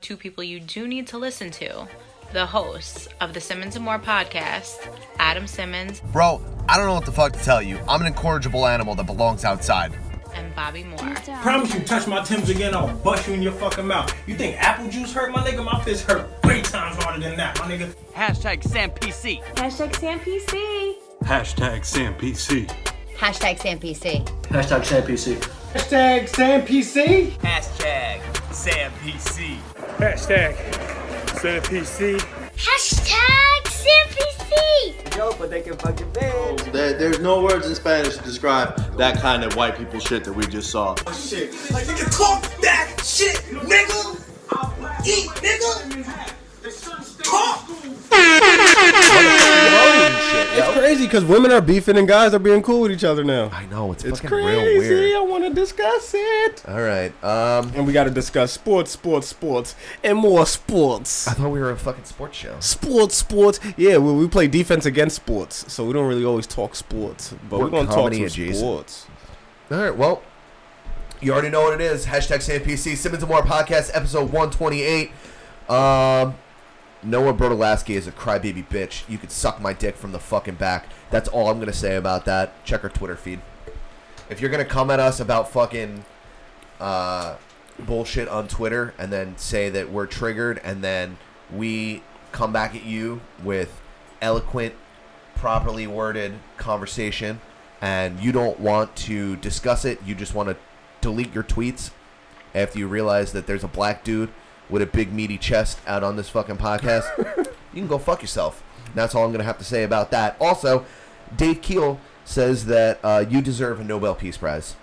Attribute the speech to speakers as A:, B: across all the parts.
A: two people you do need to listen to the hosts of the Simmons and More podcast, Adam Simmons
B: Bro, I don't know what the fuck to tell you. I'm an incorrigible animal that belongs outside.
A: and Bobby Moore.
C: Promise you, touch my Tim's again, I'll bust you in your fucking mouth. You think apple juice hurt? My nigga, my fist hurt three times harder than that, my nigga.
D: Hashtag SamPC.
E: Hashtag Sam PC.
F: Hashtag SamPC.
G: Hashtag SamPC.
H: Hashtag Sam PC.
I: Hashtag Sam PC.
D: Hashtag SamPC.
F: Hashtag SamPC.
J: Hashtag SamPC.
K: There, there's no words in Spanish to describe that kind of white people shit that we just saw.
C: Like, nigga, talk that shit, nigga. Eat, nigga. Talk.
L: It's crazy because women are beefing and guys are being cool with each other now.
B: I know it's,
L: It's
B: fucking
L: crazy.
B: real weird.
L: I want to discuss it.
B: All right. Um,
L: And we got to discuss sports, sports, sports, and more sports.
B: I thought we were a fucking sports show.
L: Sports, sports. Yeah, we, we play defense against sports, so we don't really always talk sports, but
B: We're
L: we're, gonna talk
B: comedy
L: some
B: adjacent.
L: sports.
B: All right. Well, you already know what it is. Hashtag SamPC. Simmons and More podcast episode 128. Um, Noah Bertolaski is a crybaby bitch. You could suck my dick from the fucking back. That's all I'm gonna say about that. Check our Twitter feed. If you're gonna come at us about fucking uh, bullshit on Twitter and then say that we're triggered and then we come back at you with eloquent properly worded conversation and you don't want to discuss it, you just want to delete your tweets after you realize that there's a black dude with a big meaty chest out on this fucking podcast, you can go fuck yourself. That's all I'm going to have to say about that. Also, Dave Keel says that uh, you deserve a Nobel Peace Prize.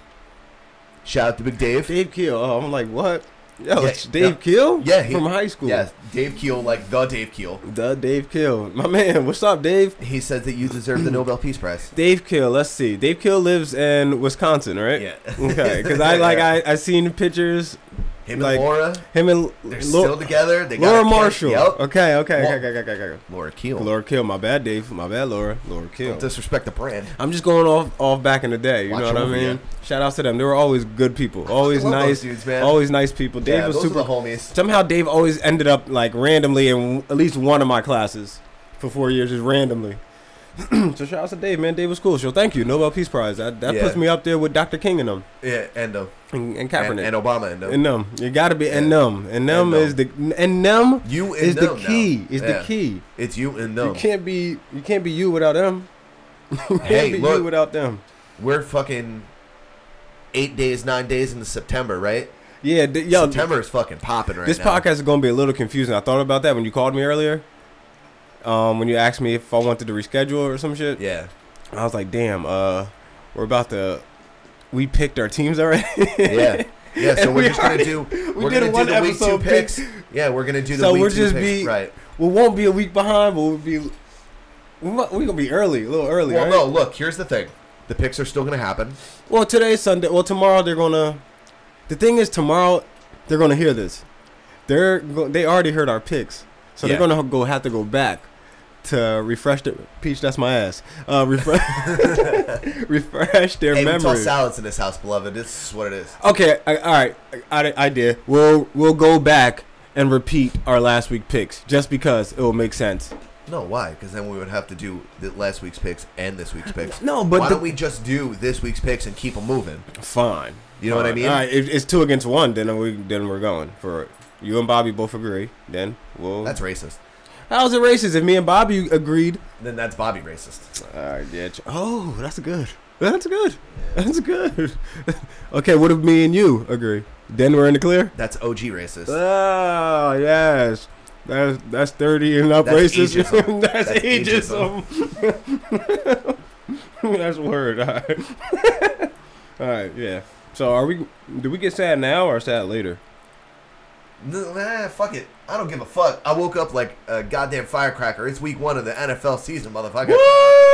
B: Shout out to Big Dave.
L: Dave Keel. Oh, I'm like, what? Yo,
B: Yeah,
L: it's Dave
B: yeah.
L: Keel.
B: Yeah, he-
L: from high school.
B: Yeah, Dave Keel, like the Dave Keel.
L: The Dave Keel, my man. What's up, Dave?
B: He says that you deserve the Nobel Peace Prize.
L: Dave Kill. Let's see. Dave Kill lives in Wisconsin, right?
B: Yeah.
L: Okay. Because I like
B: Yeah.
L: I I seen pictures.
B: Him
L: Like,
B: and Laura,
L: Him and
B: they're
L: Lo-
B: still together. They got a
L: Laura
B: kid.
L: Marshall.
B: Yep.
L: Okay. Okay.
B: Well-
L: Okay. Okay. Okay. Okay.
B: Laura Keel.
L: Laura Kill. My bad, Dave. My bad, Laura. Laura Kill.
B: Don't disrespect the brand.
L: I'm just going off off back in the day. You
B: Watch
L: know what I
B: over
L: mean?
B: ya.
L: Shout outs to them. They were always good people. Always
B: love those
L: nice
B: dudes, man.
L: Always nice people. Dave
B: Yeah,
L: was
B: those are
L: super
B: the homies.
L: Somehow Dave always ended up like randomly in w- at least one of my classes for four years, just randomly. so shout out to Dave, man. Dave was cool. So thank you, Nobel Peace Prize. That, that
B: Yeah.
L: puts me up there with Dr. King and them
B: Yeah, and them.
L: and, and
B: And,
L: Kaepernick.
B: and Obama and uh, them.
L: And them, you gotta be and
B: Yeah.
L: them, and them
B: And
L: is the and them
B: You and
L: is the
B: them now.
L: key. Is
B: Yeah.
L: the key.
B: It's you and them.
L: You can't be you can't be you without them. you can't
B: Hey,
L: be
B: look.
L: you without them.
B: We're fucking eight days, nine days into September, right?
L: Yeah, d- yo,
B: September is fucking popping right
L: this
B: now.
L: podcast is gonna be a little confusing. I thought about that when you called me earlier. Um, when you asked me if I wanted to reschedule or some shit,
B: Yeah.
L: I was like, "Damn, uh, we're about to, we picked our teams already."
B: Yeah. Yeah, so
L: And
B: we're
L: we
B: just gonna
L: already-
B: do.
L: we
B: We are
L: did
B: gonna
L: one
B: do the week two
L: episode
B: picks. Yeah, we're gonna do the
L: so
B: week
L: we're
B: two
L: just
B: picks.
L: be
B: right.
L: We won't be a week behind, but we'll be, we might, we're gonna be early, a little early.
B: Well,
L: right?
B: no. Look, here's the thing. The picks are still gonna happen.
L: Well, today's Sunday. Well, tomorrow they're gonna. The thing is, tomorrow they're gonna hear this. They're go, they already heard our picks, so
B: Yeah.
L: they're gonna go have to go back to refresh the peach. That's my ass. Uh, refresh refresh their
B: Hey, we toss
L: memory.
B: salads in this house, beloved. This is what it is.
L: Okay, I, all right, I, I did. We'll we'll go back and repeat our last week picks just because it will make sense.
B: No, why? Because then we would have to do the last week's picks and this week's picks.
L: No, but
B: why
L: the-
B: don't we just do this week's picks and keep them moving?
L: Fine.
B: You know what I
L: Fine.
B: mean?
L: All right, if it's two against one, then we then we're going for it. You and Bobby both agree. Then we'll
B: That's racist.
L: How's it racist if me and Bobby agreed?
B: Then that's Bobby racist.
L: Alright, yeah. ch- Oh, that's good. That's good. That's good. okay, what if me and you agree? Then we're in the clear?
B: That's OG racist.
L: Oh, yes. That's that's 30 and up
B: That's
L: racist.
B: ageism.
L: that's,
B: That's
L: ageism. that's word. Alright. Alright, yeah. So are we do we get sad now or sad later?
B: No, nah, fuck it. I don't give a fuck. I woke up like a goddamn firecracker. It's week one of the NFL season, motherfucker.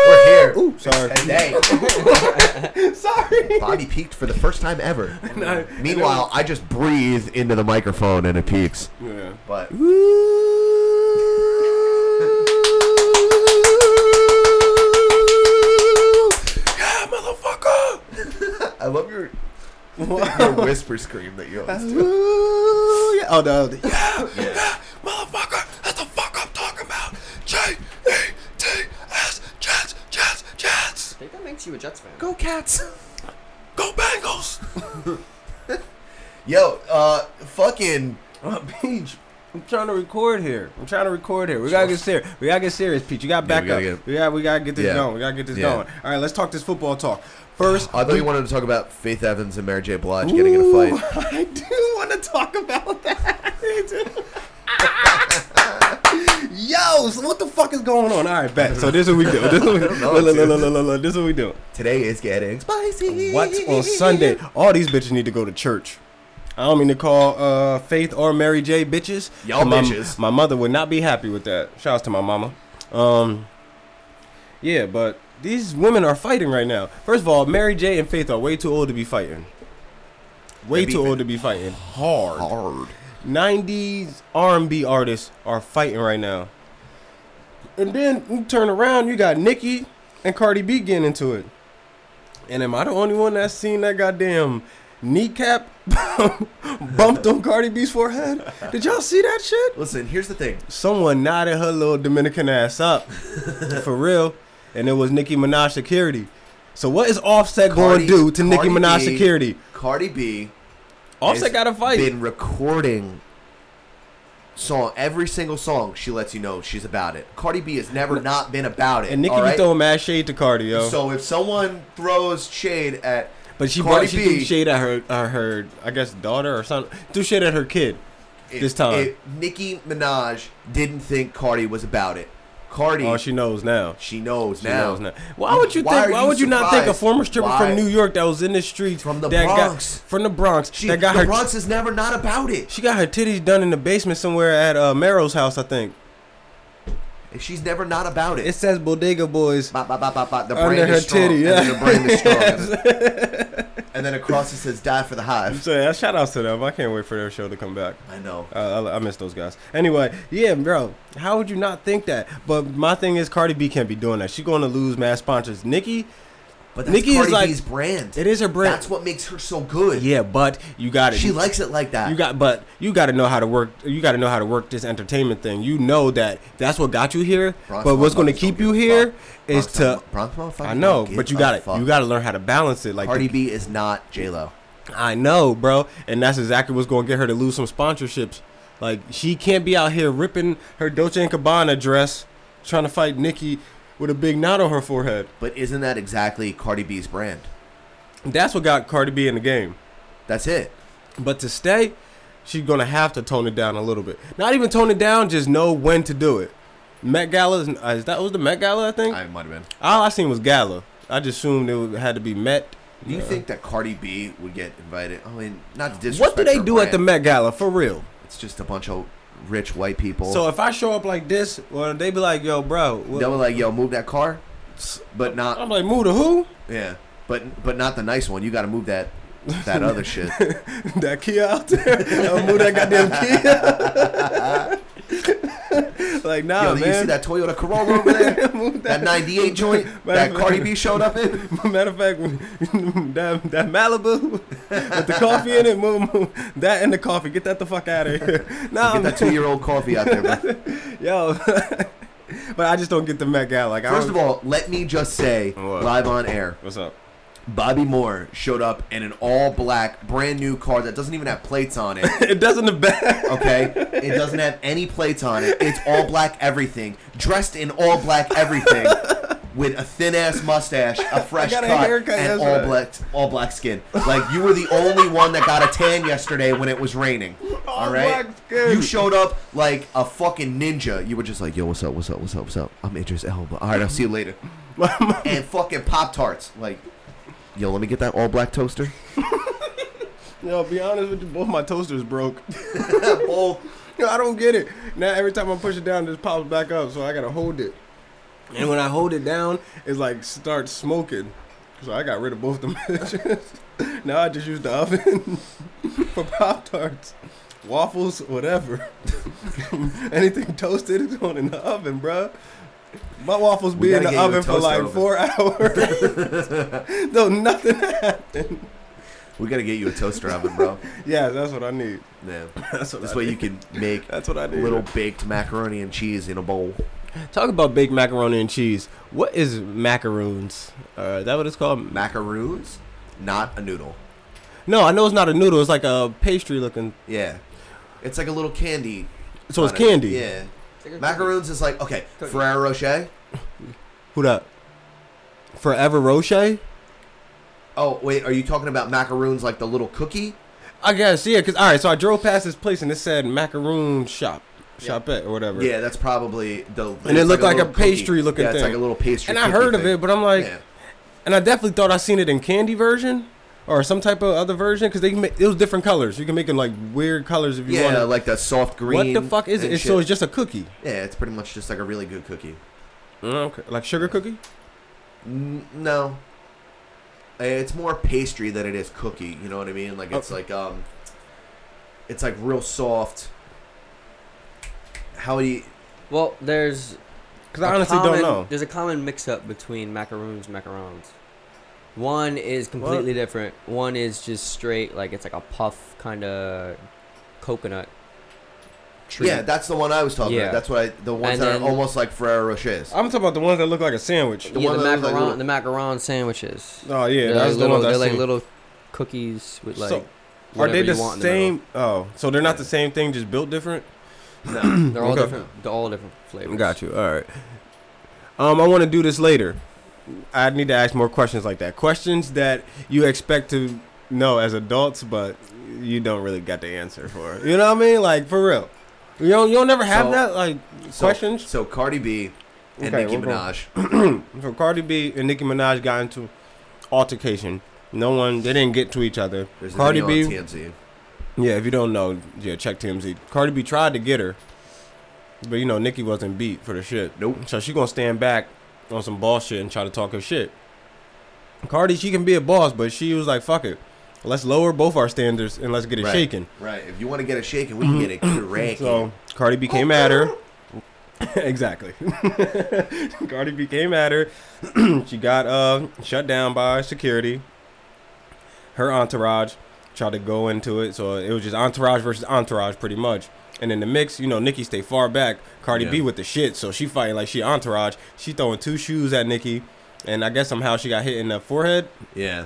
B: We're here.
L: Ooh, sorry.
B: Today,
L: sorry.
B: Bobby peaked for the first time ever. Meanwhile, I just breathe into the microphone and it peaks.
L: Yeah.
B: But
L: Yeah, motherfucker.
B: I love your your whisper scream that you always do.
L: Ooh, yeah. Oh no. the-
M: I think that makes you a Jets fan.
B: Go Cats. Go Bengals. Yo, uh, fucking.
L: Uh, Peach, I'm trying to record here. I'm trying to record here. We gotta get serious. We gotta get serious, Peach. You gotta
B: Yeah,
L: back
B: we gotta
L: up.
B: get-
L: We gotta, we gotta get this
B: Yeah.
L: going. We gotta get this
B: Yeah.
L: going. All right, let's talk this football talk. First,
B: I thought
L: we-
B: you wanted to talk about Faith Evans and Mary J. Blige getting in a fight.
L: I do want to talk about that. Yo, so what the fuck is going on? All right, bet. So this is what we do. This is what we,
B: know,
L: look, look,
B: dude.
L: look, look, look, look, this is what we do.
B: Today is getting spicy.
L: What's on Sunday? All these bitches need to go to church. I don't mean to call uh, Faith or Mary J bitches.
B: Y'all
L: My-
B: bitches.
L: My mother would not be happy with that. Shouts to my mama. Um, yeah, but these women are fighting right now. First of all, Mary J and Faith are way too old to be fighting. Way
B: They
L: too
B: beefing.
L: old to be fighting. Hard.
B: Hard.
L: 90s R&B artists are fighting right now. And then you turn around, you got Nicki and Cardi B getting into it. And am I the only one that's seen that goddamn kneecap bumped on Cardi B's forehead? Did y'all see that shit?
B: Listen, here's the thing.
L: Someone nodded her little Dominican ass up. for real. And it was Nicki Minaj security. So what is Offset going to do to Nicki
B: Cardi
L: Minaj
B: B-
L: security?
B: Cardi B
L: Offset
B: has
L: got to fight.
B: Been recording song every single song. She lets you know she's about it. Cardi B has never not been about it.
L: and Nicki
B: all
L: be
B: right?
L: throwing mad shade to Cardi, yo.
B: So if someone throws shade at
L: But she
B: Cardi
L: brought, she threw
B: B,
L: shade at her, uh, her I guess daughter or something. Threw shade at her kid
B: it-
L: this time.
B: it- Nicki Minaj didn't think Cardi was about it. Cardi,
L: oh,
B: she,
L: she knows now.
B: knows
L: She
B: now.
L: knows now. Why would you think?
B: are
L: Why would you not think a
B: surprised?
L: former stripper
B: Why?
L: from New York that was in the streets
B: From the
L: that got-
B: Bronx.
L: from the Bronx
B: She,
L: that got
B: the
L: her
B: Bronx is never not about it.
L: she got her titties done in the basement somewhere at uh, Merrill's house, I think.
B: She's never not about it.
L: It says Bodega Boys.
B: Ba, ba, ba, ba, ba. The
L: Under
B: brand
L: her
B: is strong. And
L: titty,
B: then
L: yeah.
B: the brand is strong. And then- and then across it says "Die for the Hive."
L: So yeah, uh, shout outs to them. I can't wait for their show to come back.
B: I know.
L: Uh, I, I miss those guys. Anyway, yeah, bro. How would you not think that? But my thing is, Cardi B can't be doing that. She going to lose mass sponsors. Nicki,
B: But that's
L: Nicki is
B: Cardi
L: like-
B: B's brand.
L: It is her brand.
B: That's what makes her so good.
L: yeah, but you got it.
B: She likes it like that.
L: You got, but you got to know how to work. You got to know how to work this entertainment thing. You know that that's what got you here.
B: Bronx
L: but what's going to
B: motherfuckers
L: keep
B: don't
L: you
B: give a
L: here
B: fuck.
L: is
B: Bronx
L: to.
B: don't- Bronx motherfuckers
L: I know,
B: don't
L: but
B: give
L: you
B: a
L: got it.
B: fuck.
L: You got to learn how to balance it. Like
B: Cardi B is not J Lo.
L: I know, bro, and that's exactly what's going to get her to lose some sponsorships. Like she can't be out here ripping her Dolce and Gabbana dress, trying to fight Nikki with a big knot on her forehead.
B: But isn't that exactly Cardi B's brand?
L: That's what got Cardi B in the game.
B: That's it.
L: But to stay, she's gonna have to tone it down a little bit. Not even tone it down, just know when to do it. Met Gala is, uh, is that was the Met Gala I think.
B: might have been.
L: All I seen was Gala. I just assumed it would- had to be Met.
B: Do you think that Cardi B would get invited? I mean, not to disrespect
L: What do they
B: her
L: do at the
B: brand.
L: Met Gala for real?
B: It's just a bunch of rich white people.
L: So
B: So
L: if I show up like this, well, they be like, "Yo, bro,"
B: they were
L: what?
B: like, "Yo, move that car," but not
L: I'm like, "Move to who?"
B: yeah, but but not the nice one. You got to move that that other shit.
L: that Kia out there. Yo, move that goddamn Kia. like, nah,
B: Yo,
L: Oh, man.
B: did you see that Toyota Corolla over there?
L: Move
B: that '98 joint that Cardi B showed up in.
L: Matter of fact, that, that Malibu with the coffee in it, move, move, that and the coffee, get that the fuck out of here.
B: Get
L: Nah, man.
B: that two-year-old coffee out there. Bro.
L: yo, but I just don't get the Met Gala. Like, I
B: First
L: don't,
B: of all, let me just say,
L: What?
B: live on air,
L: what's up?
B: Bobby Moore showed up in an all-black, brand new car that doesn't even have plates on it.
L: It doesn't the best.
B: Okay, it doesn't have any plates on it. It's all black everything, dressed in all black everything, with a thin ass mustache, a fresh
L: got
B: cut,
L: a haircut
B: and all
L: yesterday.
B: black, all black skin. Like you were the only one that got a tan yesterday when it was raining. all right,
L: black skin.
B: you showed up like a fucking ninja. You were just like, "Yo, what's up? What's up? What's up? What's up?" I'm Idris Elba. All right, I'll see you later. and fucking pop tarts, like. Yo, let me get that all black toaster.
L: Yo, be honest with you, both my toasters broke.
B: Both
L: Yo, I don't get it. Now every time I push it down, it just pops back up, so I gotta hold it. And when I hold it down, it's like starts smoking. So I got rid of both the bitches. now I just use the oven for pop tarts, waffles, whatever. Anything toasted is going in the oven, bruh. My waffles
B: We
L: be in
B: gotta get you
L: the
B: a
L: oven
B: toaster
L: for like
B: oven.
L: four hours. Though nothing happened.
B: We gotta get you a toaster oven, bro.
L: Yeah, that's what I need.
B: Yeah,
L: That's what
B: this
L: I
B: way
L: need.
B: you can make
L: That's what I need.
B: little baked macaroni and cheese in a bowl.
L: Talk about baked macaroni and cheese. What is macaroons? Uh, is that what it's called?
B: Macaroons, not a noodle.
L: No, I know it's not a noodle. It's like a pastry looking.
B: Yeah, it's like a little candy.
L: So Oh, it's
B: on it.
L: candy.
B: Yeah,
D: like a
B: macaroons is like okay,
D: Cookie.
B: Ferrero Rocher.
L: Who that? Forever Rocher?
B: Oh wait, are you talking about macaroons like the little cookie?
L: I guess yeah. Cause all right, so I drove past this place and it said macaroon shop, shopette or whatever.
B: Yeah, that's probably the.
L: And it
B: it's
L: looked like a
B: little cookie.
L: pastry looking
B: Yeah, it's
L: thing.
B: like a little pastry.
L: And I
B: cookie
L: heard of
B: thing.
L: it, but I'm like,
B: Yeah.
L: and I definitely thought I seen it in candy version or some type of other version because they can make, it was different colors. You can make them like weird colors if you want.
B: Yeah, like that soft green.
L: what the fuck is it?
B: and
L: It's- So
B: shit.
L: it's just a cookie. Mm,
B: yeah, it's pretty much just like a really good cookie.
L: Okay, like sugar cookie.
B: N- no, Uh, it's more pastry than it is cookie. You know what I mean? Like it's
L: Oh.
B: like um, it's like real soft. How do you?
D: Well, there's.
L: Because I honestly
D: common,
L: don't know.
D: There's a common mix-up between macaroons and macarons. One is completely different. One is just straight, like it's like a puff kind of coconut. Treat.
B: Yeah, that's the one I was talking
D: Yeah.
B: about. That's what I, the ones
D: And
B: that
D: then-
B: are almost like Ferrero Rochers.
L: I'm talking about the ones that look like a sandwich.
D: yeah,
B: one
D: the
B: that looks like
D: macaron,
B: little-
D: the macaron sandwiches.
L: Oh yeah,
D: they're
L: that's
D: like
L: the
D: little,
L: ones I
D: they're like
L: seen.
D: little cookies with like.
L: So, Are
D: whatever
L: they the
D: you want in middle.
L: same? oh, so they're not the same thing, just built different.
B: No.
D: They're all
L: Okay.
D: different. They're all different flavors.
L: Got you. All right. Um, I want to do this later. I need to ask more questions like that. Questions that you expect to know as adults, but you don't really got the answer for. You know what I mean? Like for real. You don't. You don't never have
B: So-
L: that. Like
B: So-
L: questions
B: So Cardi B and
L: Okay,
B: Nicki
L: we're going-
B: Minaj.
L: for Cardi B and Nicki Minaj got into altercation. No one. They didn't get to each other.
B: There's a
L: Cardi
B: video
L: B.
B: on TMZ.
L: Yeah, if you don't know, yeah, check TMZ. Cardi B tried to get her, but you know Nicki wasn't beat for the shit.
B: Nope.
L: So she gonna stand back on some boss shit and try to talk her shit. Cardi, she can be a boss, but she was like, "Fuck it, let's lower both our standards and let's get it
B: Right.
L: shaken."
B: Right. If you want to get it shaken, we can get it cracking.
L: So Cardi B came at her. exactly. Cardi B came at her. she got uh shut down by security. Her entourage tried to go into it, so it was just entourage versus entourage pretty much. And in the mix, you know, Nikki stay far back. Cardi B
B: Yeah.
L: with the shit, so she fighting like she entourage. She throwing two shoes at Nikki, and I guess somehow she got hit in the forehead
B: yeah.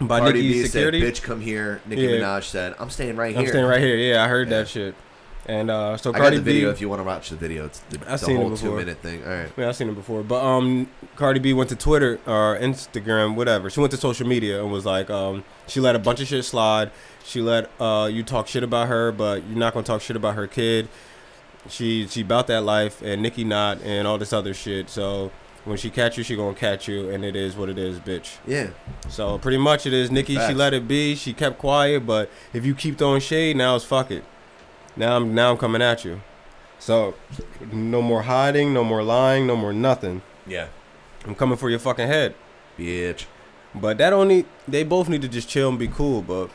L: by
B: Cardi
L: Nikki's
B: B
L: security.
B: said, "Bitch, come here." Nicki
L: Yeah.
B: Minaj said, "I'm staying right
L: I'm
B: here."
L: standing right here. Yeah, I heard
B: Yeah.
L: that shit. And uh, so
B: I
L: Cardi
B: got the video
L: B,
B: if you want to watch the video. It's the,
L: I've
B: the
L: seen it
B: whole
L: before.
B: two minute thing. All right.
L: Yeah, I've seen it before. But um, Cardi B went to Twitter or Instagram, whatever. She went to social media and was like, um, she let a bunch of shit slide. She let uh, you talk shit about her, but you're not gonna talk shit about her kid. She she about that life, and Nicki not, and all this other shit. So when she catch you, she gonna catch you, and it is what it is, bitch.
B: Yeah.
L: So pretty much it is Nikki. She
B: Facts.
L: let it be. She kept quiet. But if you keep throwing shade, now it's fuck it. Now I'm now I'm coming at you. So no more hiding, no more lying, no more nothing.
B: Yeah.
L: I'm coming for your fucking head.
B: Bitch.
L: But that only they both need to just chill and be cool. But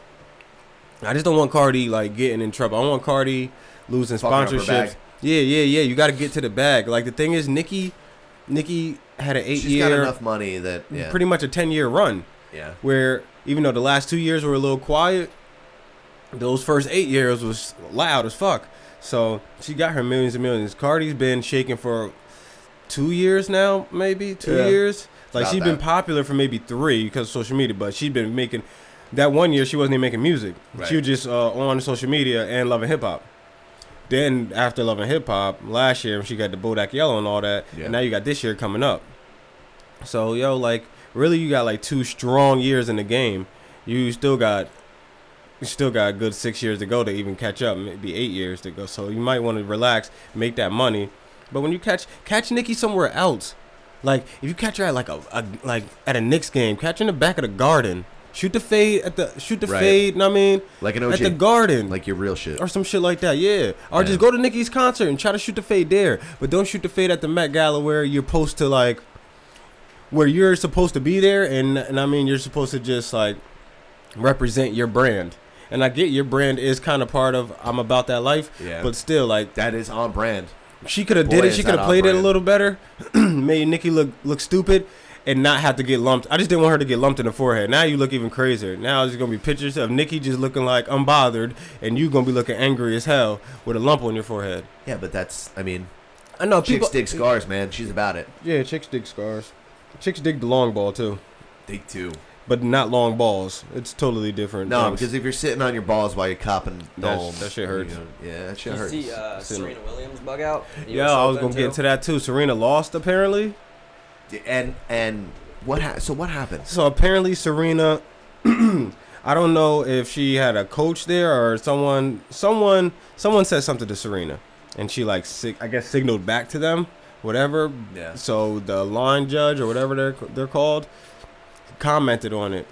L: I just don't want Cardi like getting in trouble. I don't want Cardi losing
B: Fucking up her
L: sponsorships.
B: bag.
L: Yeah, yeah, yeah. You got to get to the bag. Like the thing is, Nikki, Nikki had an eight
B: She's got
L: year,
B: enough money that yeah.
L: pretty much a ten year run
B: yeah.
L: where even though the last two years were a little quiet, those first eight years was loud as fuck. So she got her millions and millions. Cardi's been shaking for two years now, maybe two
B: Yeah.
L: years. Like
B: About
L: she's been
B: that.
L: popular for maybe three because of social media, but she's been making that one year she wasn't even making music.
B: Right.
L: She was just uh, on social media and loving hip hop. Then after loving hip hop last year, when she got the Bodak Yellow and all that,
B: Yeah.
L: and now you got this year coming up. So yo, like really, you got like two strong years in the game. You still got, you still got a good six years to go to even catch up. Maybe eight years to go. So you might want to relax, make that money. But when you catch catch Nikki somewhere else, like if you catch her at like a, a like at a Knicks game, catch her in the back of the garden, shoot the fade at the shoot the
B: Right.
L: fade. Know what I mean,
B: Like an
L: at the
B: OG.
L: garden,
B: Like your real shit.
L: or some shit like that. Yeah, or
B: Yeah.
L: just go to Nicki's concert and try to shoot the fade there, but don't shoot the fade at the Met Gala where you're supposed to like, where you're supposed to be there, and and I mean you're supposed to just like represent your brand. And I get your brand is kind of part of I'm about that life,
B: Yeah.
L: but still like
B: That is on brand.
L: she could have
B: Boy,
L: did it.
B: is
L: She
B: that
L: could have
B: on
L: played it a
B: brand.
L: little better. Made Nikki look look stupid, and not have to get lumped. I just didn't want her to get lumped in the forehead. Now you look even crazier. Now it's gonna be pictures of Nikki just looking like unbothered, and you gonna be looking angry as hell with a lump on your forehead.
B: Yeah, but that's I mean,
L: I know
B: chicks
L: people-
B: dig scars, man. She's about it.
L: Yeah, chicks dig scars. Chicks dig the long ball too,
B: Dig too.
L: but not long balls. It's totally different.
B: No,
L: things.
B: because if you're sitting on your balls while you're copping
L: That's-
B: dome,
L: that shit
B: you
L: hurts.
B: know, yeah, that shit
D: Did you
B: hurts.
D: see uh,
L: Seen it.
D: Serena Williams bug out?
L: Yo, I was gonna get to that too. Serena lost apparently.
B: and and what ha- so what happens?
L: So apparently Serena, I don't know if she had a coach there or someone. Someone someone said something to Serena, and she like sig- I guess signaled back to them, whatever.
B: Yeah.
L: So the line judge or whatever they're they're called commented on it,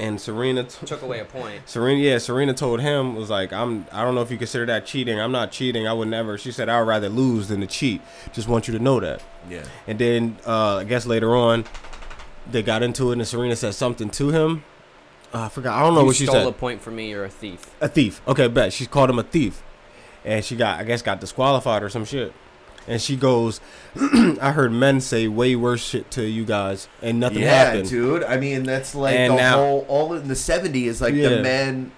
L: and Serena t-
D: Took away a point.
L: Serena, yeah, Serena told him was like, "I'm. I don't know if you consider that cheating. I'm not cheating. I would never." She said, "I'd rather lose than to cheat. Just want you to know that."
B: Yeah.
L: And then uh, I guess later on, they got into it, and Serena said something to him. Uh, I forgot. I don't know
D: you
L: what she
D: stole
L: said.
D: a point from me. You're a thief.
L: A thief. Okay, bet she called him a thief, and she got I guess got disqualified or some shit. And she goes, "I heard men say way worse shit to you guys, and nothing
B: yeah,
L: happened."
B: dude. I mean, that's like
L: And
B: the
L: now-
B: whole all in the '70s, like
L: Yeah.
B: the men.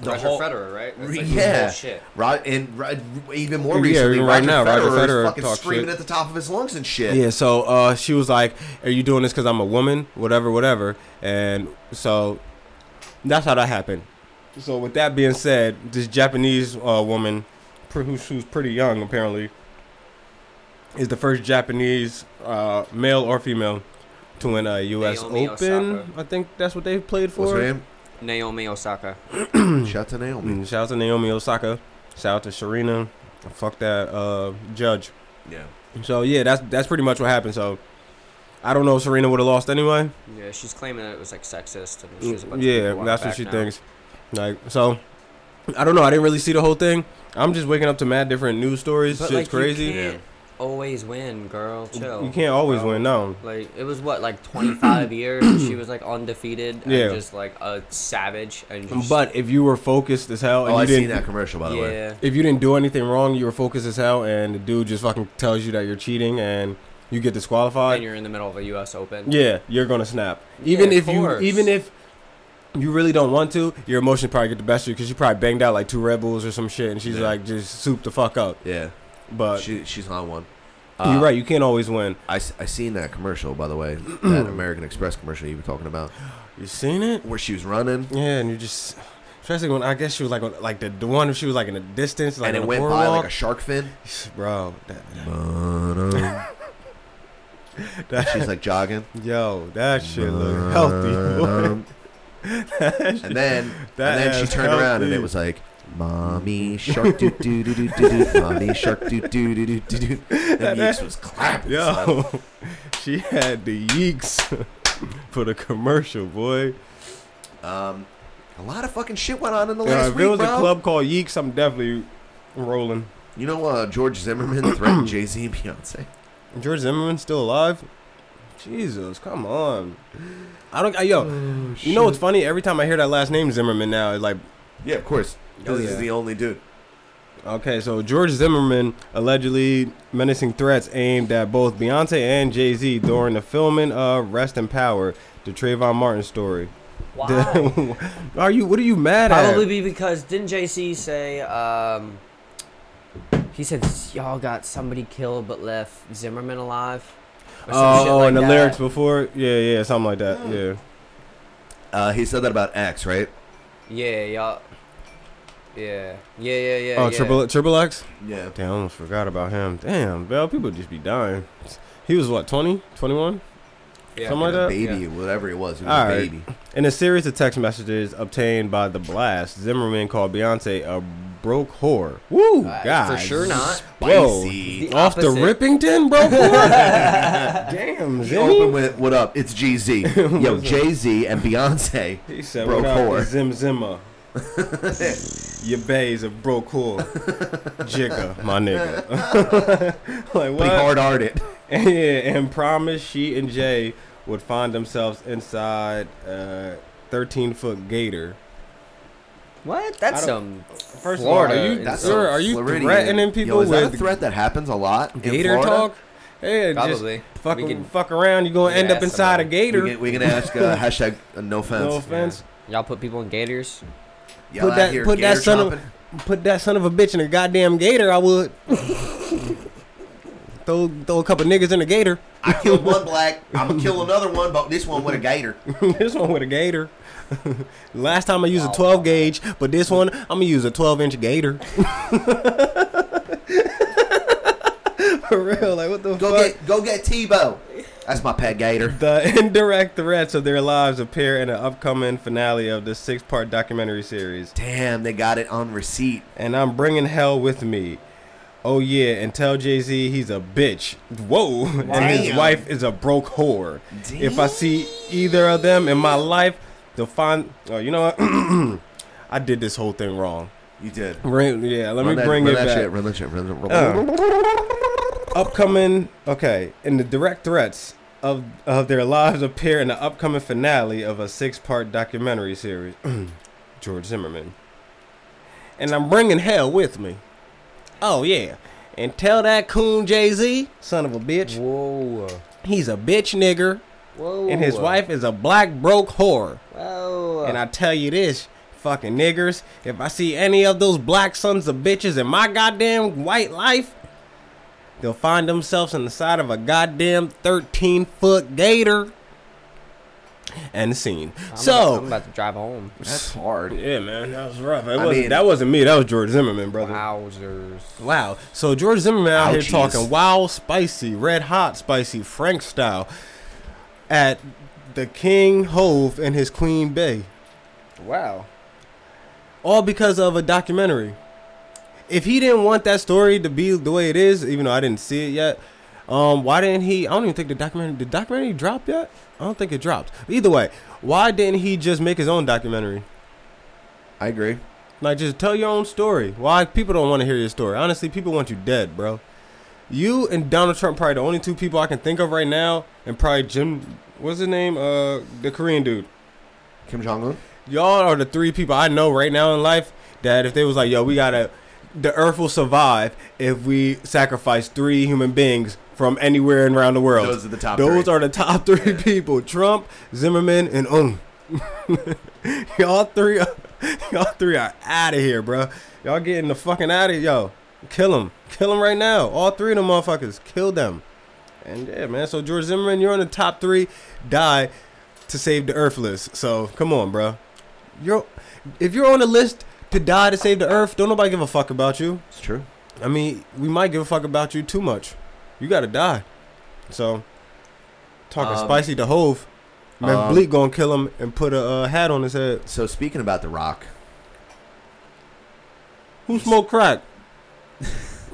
B: The
D: Roger
B: whole,
D: Federer, right? That's like
B: yeah,
D: Shit.
B: Rod, and Rod, even more
L: Yeah,
B: recently,
L: right
B: Roger
L: now,
B: Federer,
L: Roger Federer
B: is fucking
L: talks
B: screaming
L: shit.
B: at the top of his lungs and shit.
L: Yeah, so uh, she was like, "Are you doing this because I'm a woman? Whatever, whatever." And so that's how that happened. So with that being said, this Japanese uh, woman, pr- who's, who's pretty young apparently, is the first Japanese uh, male or female to win a U.S.
D: Naomi
L: Open.
D: Osaka.
L: I think that's what they played for.
B: What's her name?
D: Naomi Osaka.
B: Shout out to Naomi.
L: Mm, Shout out to Naomi Osaka. Shout out to Serena. Fuck that uh, judge.
B: Yeah.
L: So yeah, that's that's pretty much what happened. So I don't know if Serena would have lost anyway.
D: Yeah, she's claiming that it was like sexist and she was a bunch of
L: Yeah,
D: people on
L: that's
D: her
L: what
D: back
L: she
D: now.
L: thinks. Like so, I don't know. I didn't really see the whole thing. I'm just waking up to mad different news stories.
D: But like,
L: Shit's
D: you
L: crazy.
D: can't Always win, girl. Chill.
L: You can't always
D: bro.
L: win. No.
D: Like it was what like 25 years and she was like undefeated and
L: Yeah.
D: just like a savage and just,
L: But if you were focused as hell and
B: Oh,
L: you
B: I seen
L: didn't,
B: that commercial by the way.
D: yeah.
L: if you didn't do anything wrong, you were focused as hell, and the dude just fucking tells you that you're cheating and you get disqualified.
D: And you're in the middle of a U.S. Open.
L: Yeah, you're gonna snap. Even
D: Yeah,
L: if
D: of
L: you,
D: course.
L: even if you really don't want to, your emotions probably get the best of you because you probably banged out like two Red Bulls or some shit, and she's
B: Yeah.
L: like just soup the fuck up.
B: Yeah,
L: But
B: she, she's on one. Uh,
L: you're right, Uh, you can't always win.
B: I, s- I seen that commercial by the way, that American Express commercial you were talking about,
L: You seen it?
B: where she was running
L: Yeah, and you just especially when I guess she was like on, like the, the one if she was like in the distance, like
B: and
L: on
B: it
L: the
B: went by like a
L: boardwalk.
B: shark fin.
L: bro. That, that-
B: That- She's like jogging,
L: yo, that shit look healthy. boy.
B: Uh, um, and then
L: That
B: and then she
L: ass
B: turned around and
L: healthy.
B: it was like, "Mommy shark doo doo doo doo doo doo, mommy shark doo doo doo doo doo doo." And Meeks was clapping. son.
L: Yo, she had the yeeks for the commercial, boy.
B: Um, a lot of fucking shit went on in the
L: Yeah,
B: last
L: if
B: week,
L: it was
B: bro.
L: a club called Yeeks, I'm definitely rolling.
B: You know, uh, George Zimmerman threatened Jay Z and Beyonce.
L: George Zimmerman still alive? Jesus, come on. I don't. I- Yo,
D: Oh,
L: you know what's funny? Every time I hear that last name Zimmerman now, it's like,
B: Yeah, of course. This is
L: yeah.
B: the only dude.
L: okay, so George Zimmerman allegedly menacing threats aimed at both Beyonce and Jay Z during the filming of Rest in Power, the Trayvon Martin story.
D: Why?
L: are you? What are you mad at?
D: Probably be because didn't JC say um he said y'all got somebody killed but left Zimmerman alive? Or some
L: Oh,
D: shit
L: oh,
D: like
L: and the
D: that.
L: lyrics before, yeah, yeah, something like that, yeah.
B: Uh, he said that about X, right?
D: Yeah, y'all. Yeah, yeah, yeah, yeah.
L: oh,
D: yeah.
L: triple triple X.
B: Yeah.
L: Damn, I almost forgot about him. Damn, Bell, people just be dying. He was what, 20, 21?
D: Yeah.
L: something like that?
B: Baby, whatever it was, he was
L: All
B: a
L: right.
B: baby.
L: In a series of text messages obtained by The Blast, Zimmerman called Beyonce a broke whore. Woo,
D: Uh,
L: guys.
D: for sure not.
L: Whoa.
B: Spicy.
D: The
L: Off the
D: opposite.
L: Rippington, broke whore? Damn,
B: Open
L: Zimmy.
B: with what up? It's Jay Z. Yo, Jay Z and Beyonce.
L: He said,
B: broke
L: broke what up,
B: whore.
L: it's Zim Zimmer. Your bay's a broke whore. Jigga, my nigga. like, what?
B: Pretty hard hearted.
L: yeah, and promised she and Jay would find themselves inside a 13 foot gator.
D: What?
L: I
D: That's
L: don't-
D: some.
L: First
D: Florida
L: of all, are you,
D: That's
L: sir, are you threatening people
B: Yo, is
L: with
B: that a threat that happens a lot? in
L: gator
B: Florida?
L: talk? Yeah,
D: Probably.
L: Just fuck,
D: We can-
L: fuck around. You're gonna
D: we
L: end
D: can
L: up
D: ask
L: inside
D: somebody.
L: a gator.
B: We can- we can ask, uh, hashtag, uh, no offense.
L: No offense.
D: Y'all put people in gators.
B: Y'all
L: Put
B: out
L: that,
B: here
L: put that
B: gator
L: son
B: chomping?
L: of, put that son of a bitch in a goddamn gator. I would throw throw a couple niggas in a gator.
B: I killed one black. I'm gonna kill another one, but this one with a gator.
L: this one with a gator. Last time I used
B: Oh,
L: a 12 gauge, but this one I'm gonna use a 12 inch gator. For real, like what the
B: Go
L: fuck?
B: get go get Tebow. That's my pet gator.
L: The indirect threats of their lives appear in the upcoming finale of the six part documentary series.
B: Damn, they got it on receipt.
L: And I'm bringing hell with me. Oh, yeah, and tell Jay Z he's a bitch. Whoa. And his
B: Damn.
L: wife is a broke whore. If I see either of them in my life, they'll find. Oh, you know what? I did this whole thing wrong.
B: You did.
L: Bring- yeah, let
B: Run
L: me
B: that-
L: bring
B: run
L: it
B: that
L: back. Oh.
B: Shit, run that shit. Run, run, run-
L: upcoming okay and the direct threats of of their lives appear in the upcoming finale of a six-part documentary series george zimmerman and i'm bringing hell with me oh yeah and tell that coon jay-z son of a bitch
D: Whoa.
L: he's a bitch nigger
D: Whoa.
L: and his wife is a black broke whore
D: Whoa.
L: and I tell you this, fucking niggers, if I see any of those black sons of bitches in my goddamn white life, they'll find themselves on the side of a goddamn 13 foot gator. And the scene.
D: I'm
L: so,
D: about, I'm about to drive home.
B: That's hard.
L: yeah, man, that was rough. It
B: I
L: wasn't,
B: mean-
L: that wasn't me. That was George Zimmerman, brother. Wow.
D: Wowzers.
L: So George Zimmerman out
B: Ouchies.
L: here talking wild, spicy, red hot, spicy Frank style at the King Hove and his Queen Bay.
D: Wow.
L: all because of a documentary. If he didn't want that story to be the way it is, even though I didn't see it yet, um, why didn't he? I don't even think the documentary did documentary drop yet. I don't think it dropped. Either way, why didn't he just make his own documentary?
B: I agree.
L: Like, just tell your own story. Why people don't want to hear your story? Honestly, people want you dead, bro. You and Donald Trump probably the only two people I can think of right now, and probably Jim. What's his name? Uh, the Korean dude.
B: Kim Jong Un.
L: Y'all are the three people I know right now in life that if they was like, yo, we gotta, the earth will survive if we sacrifice three human beings from anywhere and around the world.
B: Those are the top
L: Those
B: three.
L: are the top three people: Trump, Zimmerman, and Um. y'all three, are, y'all three are out of here, bro. Y'all getting the fucking out of yo. Kill them, kill them right now. All three of them motherfuckers, kill them. And yeah, man. So George Zimmerman, you're on the top three. Die to save the Earth list. So come on, bro. You're if you're on the list to die to save the Earth, don't nobody give a fuck about you.
B: It's true.
L: I mean, we might give a fuck about you too much. You gotta die. So talking
B: Um,
L: spicy to Hove. Man,
B: um,
L: Bleak gonna kill him and put a uh, hat on his head.
B: So speaking about The Rock,
L: Who smoked crack?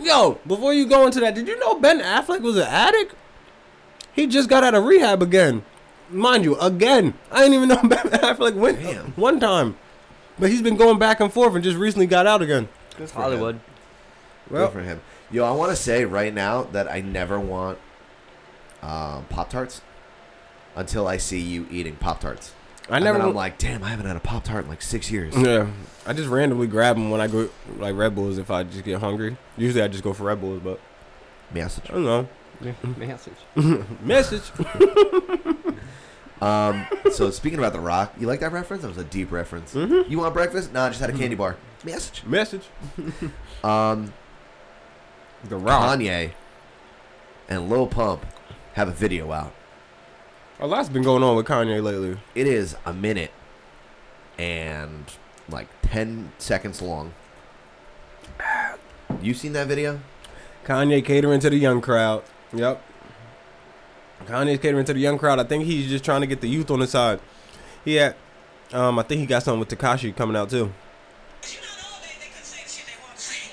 L: Yo, before you go into that, did you know Ben Affleck was an addict? He just got out of rehab again. Mind you, again. I didn't even know Ben Affleck went
B: Damn.
L: one time. But he's been going back and forth and just recently got out again.
B: for
D: Hollywood.
B: good for him. Yo, I want to say right now that I never want um, Pop Tarts until I see you eating Pop Tarts.
L: I never Mm.
B: And then I'm
L: wa-
B: like, damn, I haven't had a Pop Tart in like six years.
L: Yeah, I just randomly grab them when I go like Red Bulls if I just get hungry. Usually I just go for Red Bulls, but
B: Message.
L: I don't know.
D: Message.
L: Message.
B: Um, so speaking about The Rock, you like that reference? That was a deep reference.
L: Mm-hmm.
B: You want breakfast? Nah, I just had a candy bar. Message.
L: Message.
B: Um,
L: The Rock.
B: Kanye and Lil Pump have a video out.
L: A lot's been going on with Kanye lately.
B: It is a minute and like 10 seconds long. You seen that video?
L: Kanye catering to the young crowd. Yep. Kanye's catering to the young crowd. I think he's just trying to get the youth on his side. He had, um, I think he got something with Takashi coming out too.
N: You know, the other day they couldn't say the shit they want to say.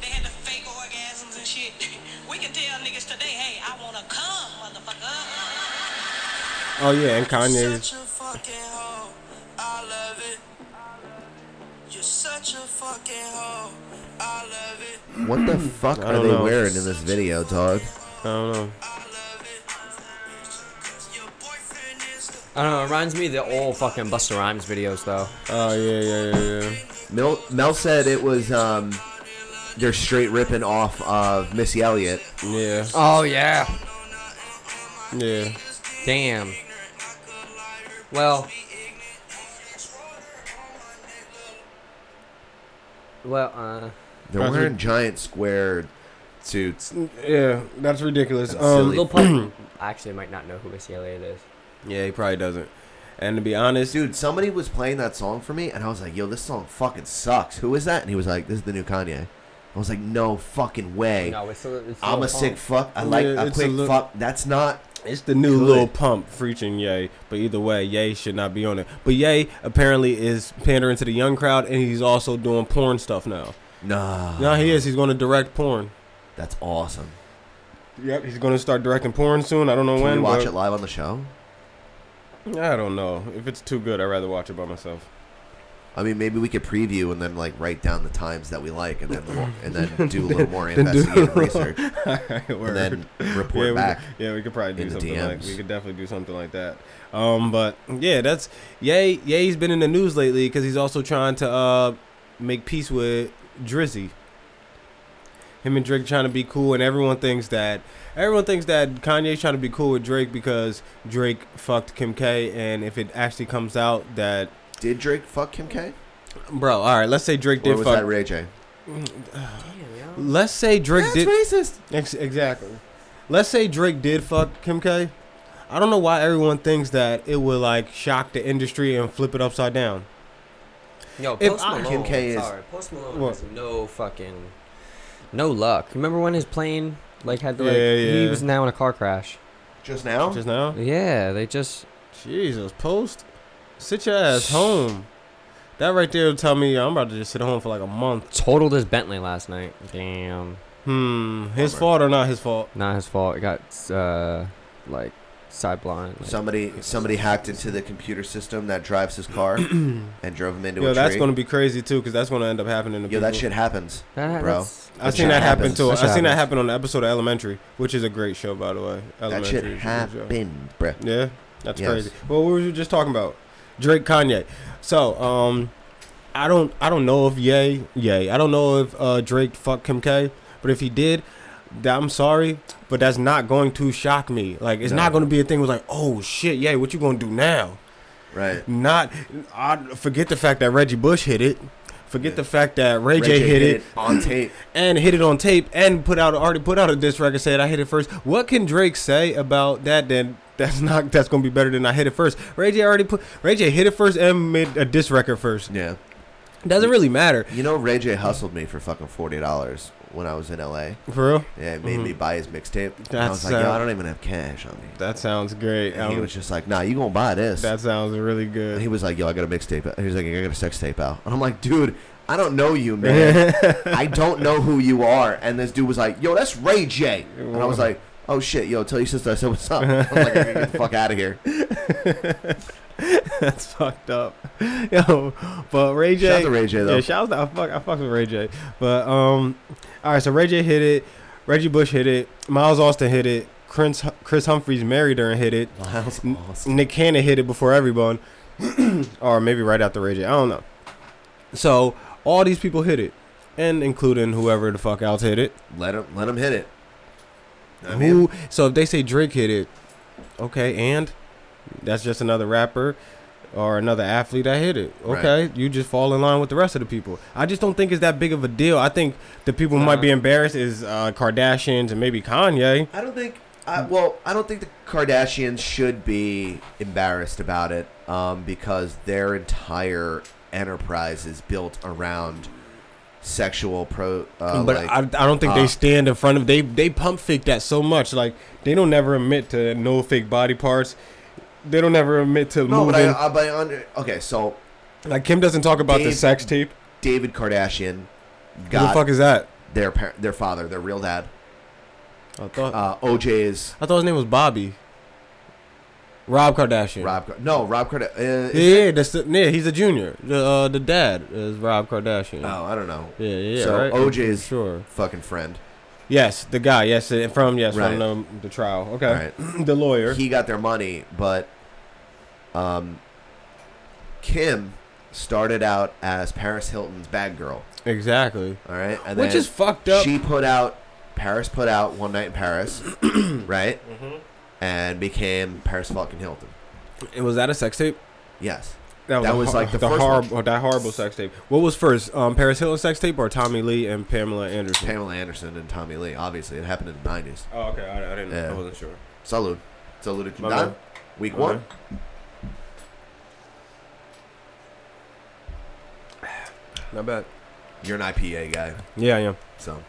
N: They had the fake orgasms and shit. We can tell niggas today, hey, I wanna come, motherfucker.
L: Oh yeah, and Kanye's.
N: Such a fucking hoe. I love it. You're such a fucking hoe. I love it.
B: What the fuck
L: I
B: are
L: don't
B: they
L: know.
B: wearing in this video, dog?
L: I don't know.
N: I love it. Your boyfriend is the
D: I don't know. It reminds me of the old fucking Busta Rhymes videos, though.
L: Oh yeah, yeah, yeah, yeah.
B: Mel, Mel said it was um, they're straight ripping off of Missy Elliott.
L: Yeah.
D: Oh yeah.
L: Yeah.
D: Damn. Well. Well, uh.
B: They're
L: That's
B: wearing
L: rid-
B: giant square suits.
L: Yeah, that's ridiculous.
B: That's
L: Um,
B: silly.
D: Lil Pump actually might not know who Missy Elliott is.
L: yeah, he probably doesn't. And to be honest,
B: Dude, somebody was playing that song for me, and I was like, yo, this song fucking sucks. Who is that? And he was like, this is the new Kanye. I was like, no fucking way.
D: No, it's, a- it's
B: I'm
D: Lil
B: a sick
D: Pump.
B: fuck. I like
L: Yeah,
B: I
L: it's
B: play
L: a li-
B: fuck. That's not.
L: It's the new
B: Good.
L: Lil Pump featuring Ye, but either way, Ye should not be on it. But Ye apparently is pandering to the young crowd, and he's also doing porn stuff now.
B: Nah.
L: No, he is. He's going to direct porn.
B: That's awesome.
L: Yep, he's going to start directing porn soon. I don't know
B: Can
L: when.
B: we watch
L: but-
B: it live on the show?
L: I don't know. If it's too good, I'd rather watch it by myself.
B: I mean, maybe we could preview and then like write down the times that we like, and then we'll- and then do a little more
L: Then do-
B: investigative research,
L: Alright,
B: and
L: word.
B: then
L: yeah,
B: report
L: we-
B: back.
L: yeah, we could probably
B: in
L: do
B: the
L: something like
B: DMs.
L: we could definitely do something like that. Um, but yeah, that's Ye. Ye's been in the news lately because he's also trying to uh make peace with Drizzy. Him and Drake trying to be cool, and everyone thinks that everyone thinks that Kanye's trying to be cool with Drake because Drake fucked Kim K, and if it actually comes out that
B: Did Drake fuck Kim K?
L: bro, all right, let's say Drake
B: Or
L: did
B: was
L: fuck.
B: that Ray J?
L: Let's say Drake
B: That's
L: did.
B: racist.
L: Ex- exactly. Let's say Drake did fuck Kim K. I don't know why everyone thinks that it would like shock the industry and flip it upside down.
D: Yo,
L: If
D: Post
L: I-
D: Malone.
B: Kim K is-
D: sorry, Post Malone
L: What?
D: has no fucking, no luck. Remember when his plane like had to like
L: Yeah,
D: he
L: yeah.
D: was now in a car crash.
B: Just now?
L: Just now,
D: Yeah, they just
L: Jesus, post, sit your ass home. That right there will tell me I'm about to just sit home for like a month.
D: totaled his Bentley last night. Damn,
L: Hmm, his fault or not his fault?
D: not his fault. It got uh like side blind. Like,
B: somebody somebody hacked into the computer system that drives his car and drove him into
L: Yo,
B: a
L: that's
B: tree.
L: gonna be crazy too, because that's gonna end up happening to
B: Yo,
L: people.
B: that shit happens,
D: That-
B: bro.
D: that's-
L: I seen that happen
B: happens.
L: too. I
D: That shit
L: seen that
D: happens.
L: happen on the episode of Elementary, which is a great show by the way.
B: That
L: Elementary
B: shit
L: is a good show.
B: happened, bro.
L: Yeah, that's
B: Yes.
L: crazy. Well, what were you just talking about? Drake, Kanye. So, um, I don't, I don't know if Yay, Yay. I don't know if uh, Drake fucked Kim K, but if he did, that, I'm sorry, but that's not going to shock me. Like, it's not going to be a thing. Was like, oh shit, Yay, what you going to do now?
B: Right.
L: Not, I forget the fact that Reggie Bush hit it. Forget the fact that Ray, J, hit it
B: on tape.
L: and hit it on tape and put out already put out a diss record said I hit it first. What can Drake say about that? Then that's not that's gonna be better than I hit it first. Ray J already put Ray J hit it first and made a diss record first.
B: Yeah.
L: Doesn't really matter
B: You know, Ray J hustled me for fucking forty dollars when I was in L.A.
L: for real.
B: Yeah, it made me buy his mixtape. And I
L: Mm-hmm. That's,
B: was like, yo,
L: uh,
B: I don't even have cash on me.
L: That sounds great.
B: And he
L: Um,
B: was just like, Nah, you gonna buy this?
L: that sounds really
B: And
L: good.
B: he was like, Yo, I got a mixtape. out." He was like, I got a sex tape out. And I'm like, Dude, I don't know you, man. I don't know who you are. And this dude was like, Yo, that's Ray J. And I was like, Oh shit, yo, tell your sister I said what's up. I'm like, I gotta get the fuck out of here.
L: That's fucked up, yo. But Ray J,
B: Shout out to Ray J, though.
L: Yeah, shout out. I fuck, I fuck with Ray J. But um, all right. So Ray J hit it. Reggie Bush hit it. Miles Austin hit it. Chris, Chris Humphries married her and hit it.
B: Miles
L: N-
B: Austin.
L: Nick Cannon hit it before everyone, or maybe right after Ray J. I don't know. So all these people hit it, and including whoever the fuck else hit it.
B: Let him let him hit it. I mean,
L: Who? So if they say Drake hit it, okay, and that's just another rapper or another athlete that hit it. Okay, you just fall in line with the rest of the people. I just don't think it's that big of a deal. I think the people who might be embarrassed is uh, Kardashians and maybe Kanye.
B: I don't think. I, well, I don't think the Kardashians should be embarrassed about it um, because their entire enterprise is built around sexual pro. Uh,
L: but
B: like,
L: I, I don't think
B: uh,
L: they stand in front of they they pump fake that so much like they don't never admit to no fake body parts. They don't ever admit to
B: No, but
L: moving.
B: I, I, but I under, okay. So
L: like Kim doesn't talk about the
B: Dave-
L: sex tape.
B: David Kardashian
L: Who the
B: got
L: fuck is that?
B: their par- their father, their real dad.
L: I thought
B: Uh, OJ's
L: I thought his name was Bobby. Rob Kardashian.
B: Rob. Kar- No, Rob Kardashian. Uh,
L: Yeah,
B: is-
L: yeah, that's the, yeah, he's a junior. The uh, the dad is Rob Kardashian.
B: Oh, I don't know.
L: Yeah, yeah,
B: So
L: right? I'm
B: OJ's
L: sure.
B: fucking friend.
L: Yes, the guy. Yes, uh, from yes
B: Right.
L: from the, the trial. Okay, the lawyer.
B: he got their money, but um, Kim started out as Paris Hilton's bad girl.
L: Exactly.
B: All right, and
L: Which
B: then
L: is fucked up.
B: She put out Paris put out One Night in Paris, right?
L: Mm-hmm.
B: And became Paris fucking Hilton.
L: And was that a sex tape?
B: Yes.
L: That was,
B: That
L: a
B: was,
L: hor-
B: like, the
L: the
B: first
L: horrible, that horrible sex tape. What was first, um, Paris Hilton sex tape or Tommy Lee and Pamela Anderson?
B: Pamela Anderson and Tommy Lee. Obviously, it happened in the nineties.
L: Oh, okay. I, I didn't.
B: Yeah.
L: I wasn't sure.
B: Salud, salud,
L: My
B: Done.
L: bad.
B: Week
L: My
B: one.
L: bad. Not bad.
B: You're an IPA guy,
L: Yeah, I am.
B: so.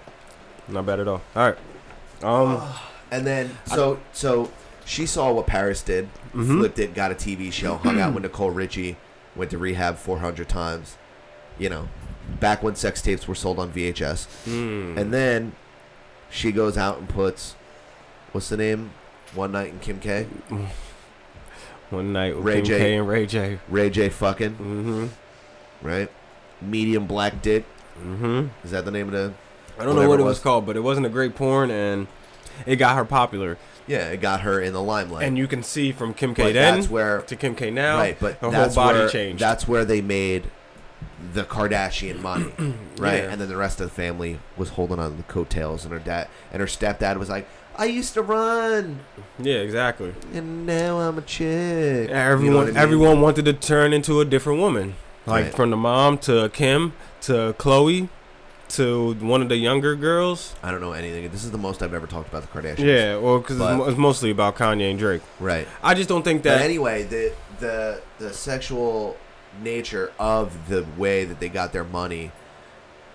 L: Not bad at all. All right. Um,
B: And then so so she saw what Paris did,
L: Mm-hmm.
B: flipped it, got a TV show, hung out with Nicole Richie, went to rehab 400 times, you know, back when sex tapes were sold on VHS.
L: hmm. Mm.
B: And then she goes out and puts what's the name? One night in Kim K,
L: one night with
B: Ray
L: Kim
B: J.
L: K and Ray J.
B: Ray J fucking,
L: Mm-hmm.
B: right? Medium black dick.
L: Mm-hmm.
B: Is that the name of the
L: I don't know what it was called, but it wasn't a great porn, and it got her popular.
B: Yeah, it got her in the limelight.
L: And you can see from Kim
B: But
L: K then
B: that's where-
L: to Kim K now,
B: right, but
L: her whole
B: that's
L: body
B: where,
L: changed.
B: That's where they made the Kardashian money, right?
L: Yeah.
B: And then the rest of the family was holding on to the coattails, and her dad and her stepdad was like, "I used to run,
L: yeah, exactly.
B: and now I'm a chick." You know
L: Everyone,
B: what I mean?
L: everyone wanted to turn into a different woman, like
B: Right.
L: from the mom to Kim to Chloe to one of the younger girls.
B: I don't know anything. This is the most I've ever talked about the Kardashians.
L: Yeah, well, because
B: But-
L: it's, mo- it's mostly about Kanye and Drake.
B: right.
L: I just don't think
B: But
L: that.
B: anyway, the the the sexual nature of the way that they got their money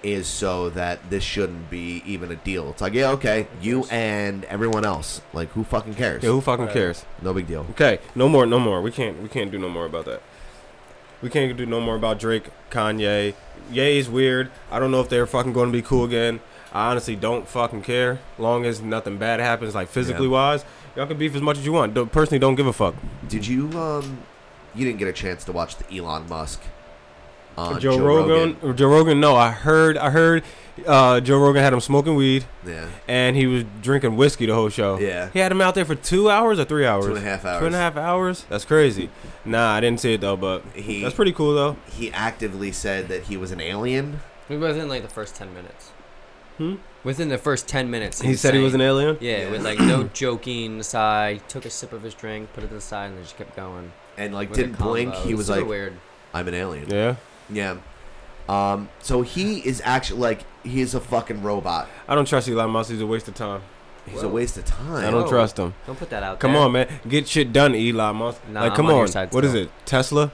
B: is so that this shouldn't be even a deal. It's like, yeah, okay, you and everyone else. Like, who fucking cares?
L: yeah, who fucking cares?
B: No big deal.
L: Okay, no more, no more. We can't, we can't do no more about that. We can't do no more about Drake, Kanye. Ye's weird. I don't know if they're fucking going to be cool again. I honestly don't fucking care. Long as nothing bad happens, like physically
B: Yeah.
L: wise, y'all can beef as much as you want. Don't, personally, don't give a fuck.
B: Did you um, you didn't get a chance to watch the Elon Musk on
L: Joe, Rogan, Joe Rogan. No, I heard, I heard. Uh, Joe Rogan had him smoking weed,
B: Yeah,
L: and he was drinking whiskey the whole show.
B: Yeah.
L: he had him out there for two hours or three hours.
B: Two and a half
L: Two and a half hours. That's crazy. Nah, I didn't see it though, but
B: He-
L: that's pretty cool though.
B: he actively said that he was an alien.
D: Maybe within like the first ten minutes.
L: Hmm?
D: Within the first ten minutes,
L: He said he was an
D: saying-
L: alien.
D: Yeah, with like no joking aside. He took a sip of his drink, put it to the side, and then just kept going.
B: And like
D: With the
B: didn't blink.
D: combo.
B: He was
D: Super
B: like,
D: weird.
B: "I'm an alien."
L: Yeah,
B: Yeah. Um. So he is actually like he is a fucking robot.
L: I don't trust Elon Musk. He's a waste of time.
B: He's a waste of time.
L: I don't
D: Whoa.
L: trust him.
D: Don't put that out.
L: Come
D: there.
L: on, man, get shit done, Elon Musk.
D: Nah,
L: like,
D: I'm
L: come
D: on
L: on.
D: your
L: What is
D: side still.
L: it? Tesla.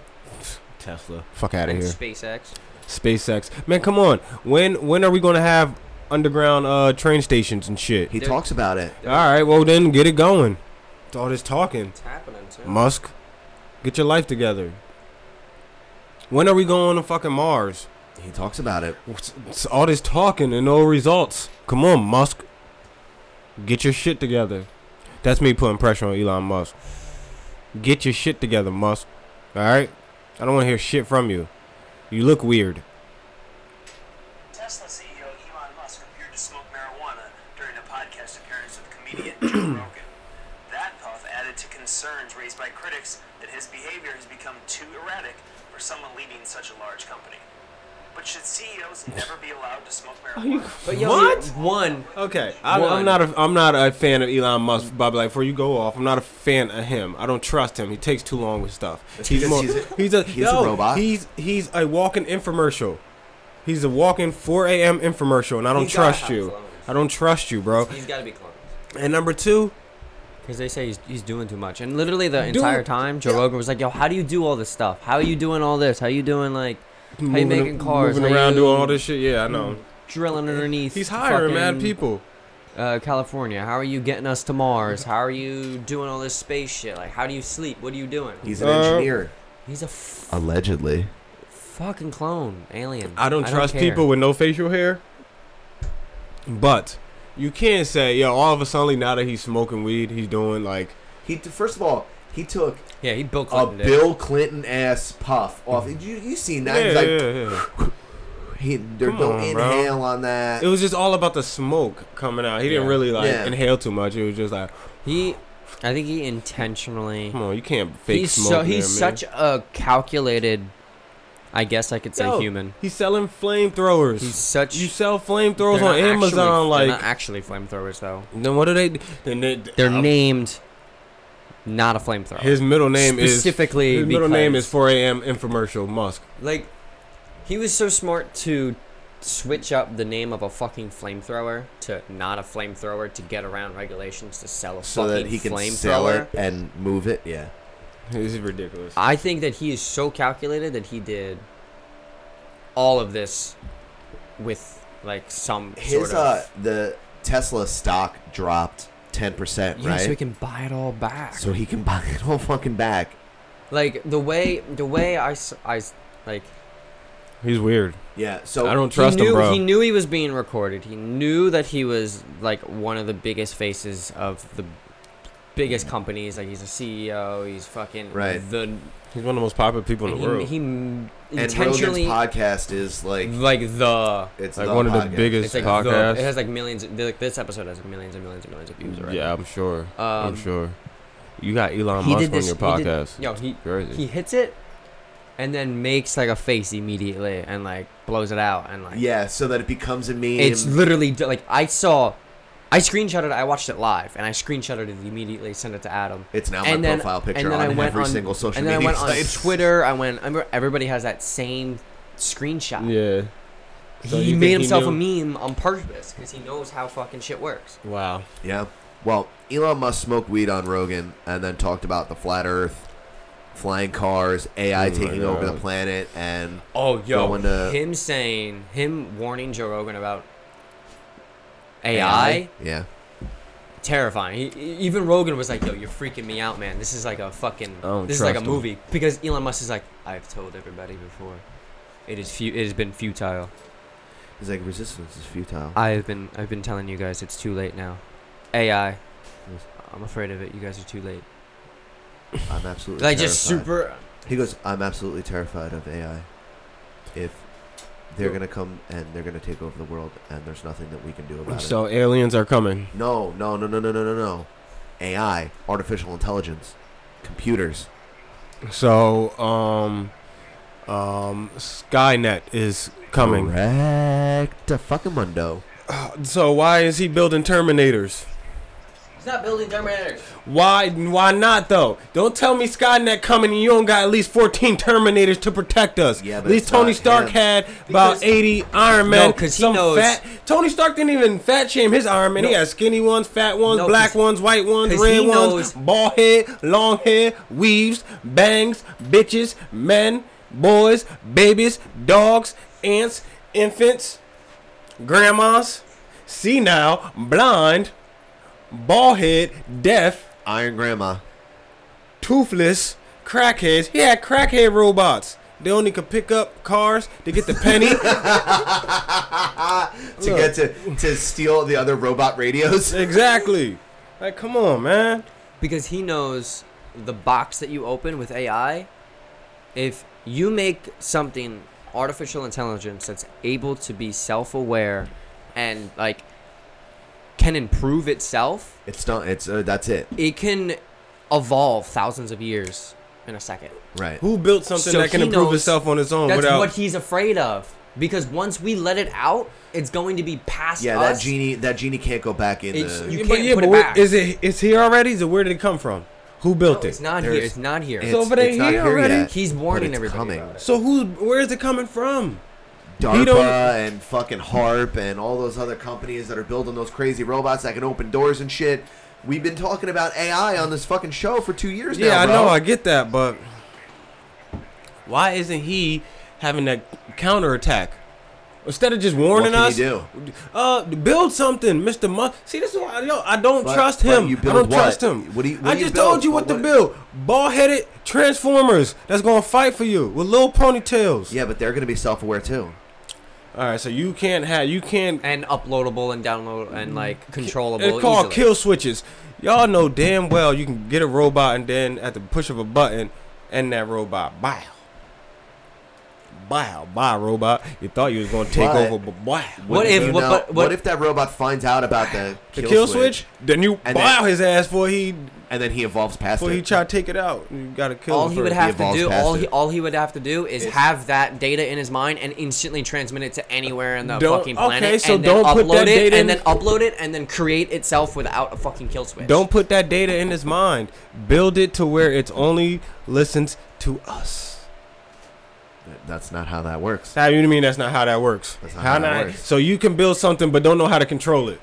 L: Tesla. Fuck out of
D: And
L: here.
D: SpaceX.
L: SpaceX. Man, come on. When when are we gonna have underground uh, train stations and shit?
B: He talks about it.
L: All right, well then get it going. It's all this talking.
D: It's happening too.
L: Musk, get your life together. When are we going to fucking Mars?
B: He talks about it.
L: It's- it's all this talking and no results. Come on, Musk. Get your shit together. That's me putting pressure on Elon Musk. Get your shit together, Musk. All right? I don't want to hear shit from you. You look weird.
O: Tesla CEO Elon Musk appeared to smoke marijuana during a podcast appearance with comedian Joe Rogan. That puff added to concerns raised by critics that his behavior has become too erratic for someone leading such a large company. But should CEOs never be allowed to smoke marijuana?
D: But yo,
L: What?
D: One.
L: Okay, I,
D: One.
L: I'm not a I'm not a fan of Elon Musk. Bobby, like before you go off, I'm not a fan of him. I don't trust him. He takes too long with stuff. He's
B: because
L: more,
B: he's
L: he's
B: a-
L: a,
B: he's a
L: yo,
B: robot.
L: He's he's a walking infomercial. He's a walking 4 a.m. infomercial, and I don't
D: He's gotta
L: trust
D: have
L: you.
D: clones.
L: I don't trust you, bro.
D: He's got to be clones.
L: And number two,
D: Because they say he's, he's doing too much. And literally the entire time, Joe Rogan was like, yo, how do you do all this stuff? How are you doing all this? How you doing, like, how you making cars?
L: moving
D: How
L: around,
D: you
L: doing all this shit. Yeah, I know.
D: Drilling underneath.
L: He's hiring mad
D: fucking,
L: people.
D: Uh, California. How are you getting us to Mars? How are you doing all this space shit? Like, how do you sleep? What are you doing?
B: He's an
L: Uh,
B: engineer.
D: He's a f-
B: Allegedly.
D: fucking clone alien.
L: I don't trust
D: care.
L: people with no facial hair. But you can't say, yo, all of a sudden now that he's smoking weed, he's doing like
B: He first of all he took
D: Yeah, he built
B: a
D: Clinton. did.
B: Bill Clinton ass puff off. You you seen that? He's
L: Yeah,
B: like,
L: yeah, yeah.
B: He, there's
L: Come
B: no
L: on, bro.
B: inhale on that.
L: It was just all about the smoke coming out. He didn't
D: Yeah.
L: really like
B: Yeah.
L: inhale too much. It was just like,
D: He, I think he intentionally.
L: come on, you can't fake
D: He's
L: smoke.
D: so
L: man,
D: he's
L: man.
D: such a calculated I guess I could say
L: Yo,
D: human.
L: He's selling flamethrowers.
D: He's such.
L: You sell flamethrowers
D: They're not
L: on Amazon,
D: actually,
L: like.
D: they're not actually flamethrowers though.
L: then what do they? Then they
D: They're named. Not a flamethrower.
L: His middle name is
D: specifically
L: His middle name
D: because-
L: is 4 a.m. infomercial Musk.
D: Like, he was so smart to switch up the name of a fucking flamethrower to not a flamethrower to get around regulations to sell a
B: so
D: fucking
B: that he can sell
D: flamethrower.
B: it and move it. Yeah.
L: This is ridiculous.
D: I think that he is so calculated that he did all of this with like some sort
B: His
D: of.
B: uh, the Tesla stock dropped ten percent,
D: yeah,
B: right?
D: so he can buy it all back.
B: so he can buy it all fucking back.
D: like the way the way I, s- I s- like
L: He's weird.
B: Yeah, so
L: I don't trust
D: he knew,
L: him, bro.
D: He knew he was being recorded. He knew that he was like one of the biggest faces of the biggest companies. Like he's a CEO. He's fucking
B: Mm. Right.
D: The
L: He's one of the most popular people in the
D: he,
L: world.
D: he m-
B: And
D: intentionally
B: Rogan's podcast is like
D: like the
B: it's
L: Like one of the
D: it's
L: biggest
D: like the-
L: podcasts.
D: it has like millions. Of, like, this episode has like millions and millions and millions of views already.
L: Yeah, I'm sure.
D: Um,
L: I'm sure. You got Elon
D: he
L: Musk
D: did
L: on
D: this.
L: your
D: he did-
L: podcast.
D: yo, he
L: Crazy.
D: he hits it, and then makes like a face immediately, and like blows it out, and like
B: yeah, so that it becomes a meme.
D: It's literally d- like I saw, I screenshotted. it, I watched it live, and I screenshotted it immediately. Sent it to Adam.
B: It's now
D: and
B: my profile picture on every single social
D: and then
B: media
D: I went
B: site.
D: on Twitter. I went. I remember Everybody has that same screenshot.
L: yeah. So
D: he
L: you
D: made
L: think he
D: himself a
L: knew?
D: meme on purpose because he knows how fucking shit works.
L: Wow.
B: Yeah. Well, Elon Musk smoked weed on Rogan and then talked about the flat Earth, flying cars, AI
L: Oh my
B: taking over the
L: God.
B: planet, and
D: Oh, yo,
B: going to
D: him saying, him warning Joe Rogan about AI.
B: Yeah.
D: terrifying. He, e- even Rogan was like, "Yo, you're freaking me out, man. This is like a fucking.
L: I don't
D: This is like a
L: trust him."
D: movie." Because Elon Musk is like, "I've told everybody before. It is fu- It has been futile.
B: He's like resistance is futile.
D: I've been. I've been telling you guys it's too late now. AI. I'm afraid of it. You guys are too late.
B: I'm absolutely
D: Like just
B: terrified.
D: super.
B: He goes, I'm absolutely terrified of AI. If they're gonna come and they're gonna take over the world, and there's nothing that we can do about
L: So aliens are coming.
B: it. No, no, no, no, no, no, no, no. AI, artificial intelligence, computers.
L: So um, um, Skynet is coming.
B: Correct. Fucking Mundo.
L: So why is he building Terminators?
D: He's not building Terminators.
L: Why? Why not though? Don't tell me Skynet coming and you don't got at least fourteen Terminators to protect us.
B: Yeah, but
L: at least
B: it's
L: Tony
B: not
L: Stark
B: him.
L: had about
D: Because-
L: eighty Iron Man.
D: No, 'cause he knows-
L: fat. Tony Stark didn't even fat shame his Iron Man. He
D: No.
L: had skinny ones, fat ones,
D: No,
L: black
D: 'cause-
L: ones, white ones,
D: 'cause
L: red
D: he
L: ones,
D: knows-
L: bald head, long hair, weaves, bangs, bitches, men, boys, babies, dogs, ants, infants, grandmas, senile, blind, bald head, deaf
B: Iron Grandma.
L: toothless crackheads. He had crackhead robots. They only could pick up cars to get the penny.
B: to get to to steal the other robot radios.
L: exactly. Like, come on, man.
D: because he knows the box that you open with AI. If you make something artificial intelligence that's able to be self-aware and like can improve itself,
B: It's not. It's uh, that's it.
D: it can evolve thousands of years in a second.
B: Right.
L: Who built something
D: So
L: that can
D: he
L: improve
D: knows
L: itself on its own
D: That's
L: without?
D: what he's afraid of because once we let it out, it's going to be past
B: Yeah,
D: us.
B: that genie. That genie can't go back in.
D: It's-
B: the,
D: you
L: Yeah,
D: can't put it
L: where-
D: back.
L: Is it? It's here already? So where did it come from? Who
D: No,
L: built
D: it's
L: it?
D: not here.
B: There's-
D: It's not here.
B: it's,
L: So, but it
B: it's not
L: here
B: here
L: already?
B: yet.
D: he's
B: but
D: warning
B: it's
D: everybody.
B: coming.
D: about it.
L: So who's? Where is it coming from? He don't-
B: DARPA and fucking HARP and all those other companies that are building those crazy robots that can open doors and shit. We've been talking about AI on this fucking show for two years now.
L: Yeah, I
B: bro.
L: know. I get that, but why isn't he having that counterattack? Instead of just warning
B: can he
L: us,
B: do?
L: uh, build something, Mister Musk. See, this is why I don't, I don't
B: But-
L: trust
B: but
L: him.
B: you
L: I
B: build
L: don't
B: what?
L: trust him.
B: What do you- what
L: I
B: do you
L: just
B: build?
L: told you what,
B: What-
L: to
B: what-
L: build: bald-headed transformers that's gonna fight for you with little ponytails.
B: Yeah, but they're gonna be self-aware too.
L: All right, so you can't have you can't.
D: and uploadable and download and like controllable.
L: It's called
D: easily.
L: kill switches. Y'all know damn well you can get a robot and then at the push of a button, end that robot. Bow. wow, bye, robot. You thought you was gonna take
B: But-
L: over, but wow.
B: What if what, if that robot finds out about the
L: The
B: kill,
L: kill
B: switch,
L: switch? Then you
B: and
L: wow his ass before he
B: and then he evolves past
L: before
B: it.
L: he try to take it out. You gotta kill.
D: all
L: him
D: he
L: first.
D: would have to do, all he,
L: it.
D: all he would have to do is have that data in his mind and instantly transmit it to anywhere in the
L: Don't-
D: fucking
L: okay,
D: planet,
L: so
D: and then
L: don't put
D: upload
L: that
D: it,
L: data
D: and
L: in-
D: then upload it, and then create itself without a fucking kill switch.
L: Don't put that data in his mind. Build it to where it only listens to us.
B: That's not how that works.
L: How you mean that's not how that works? That's
B: not how that works.
L: So you can build something but don't know how to control it.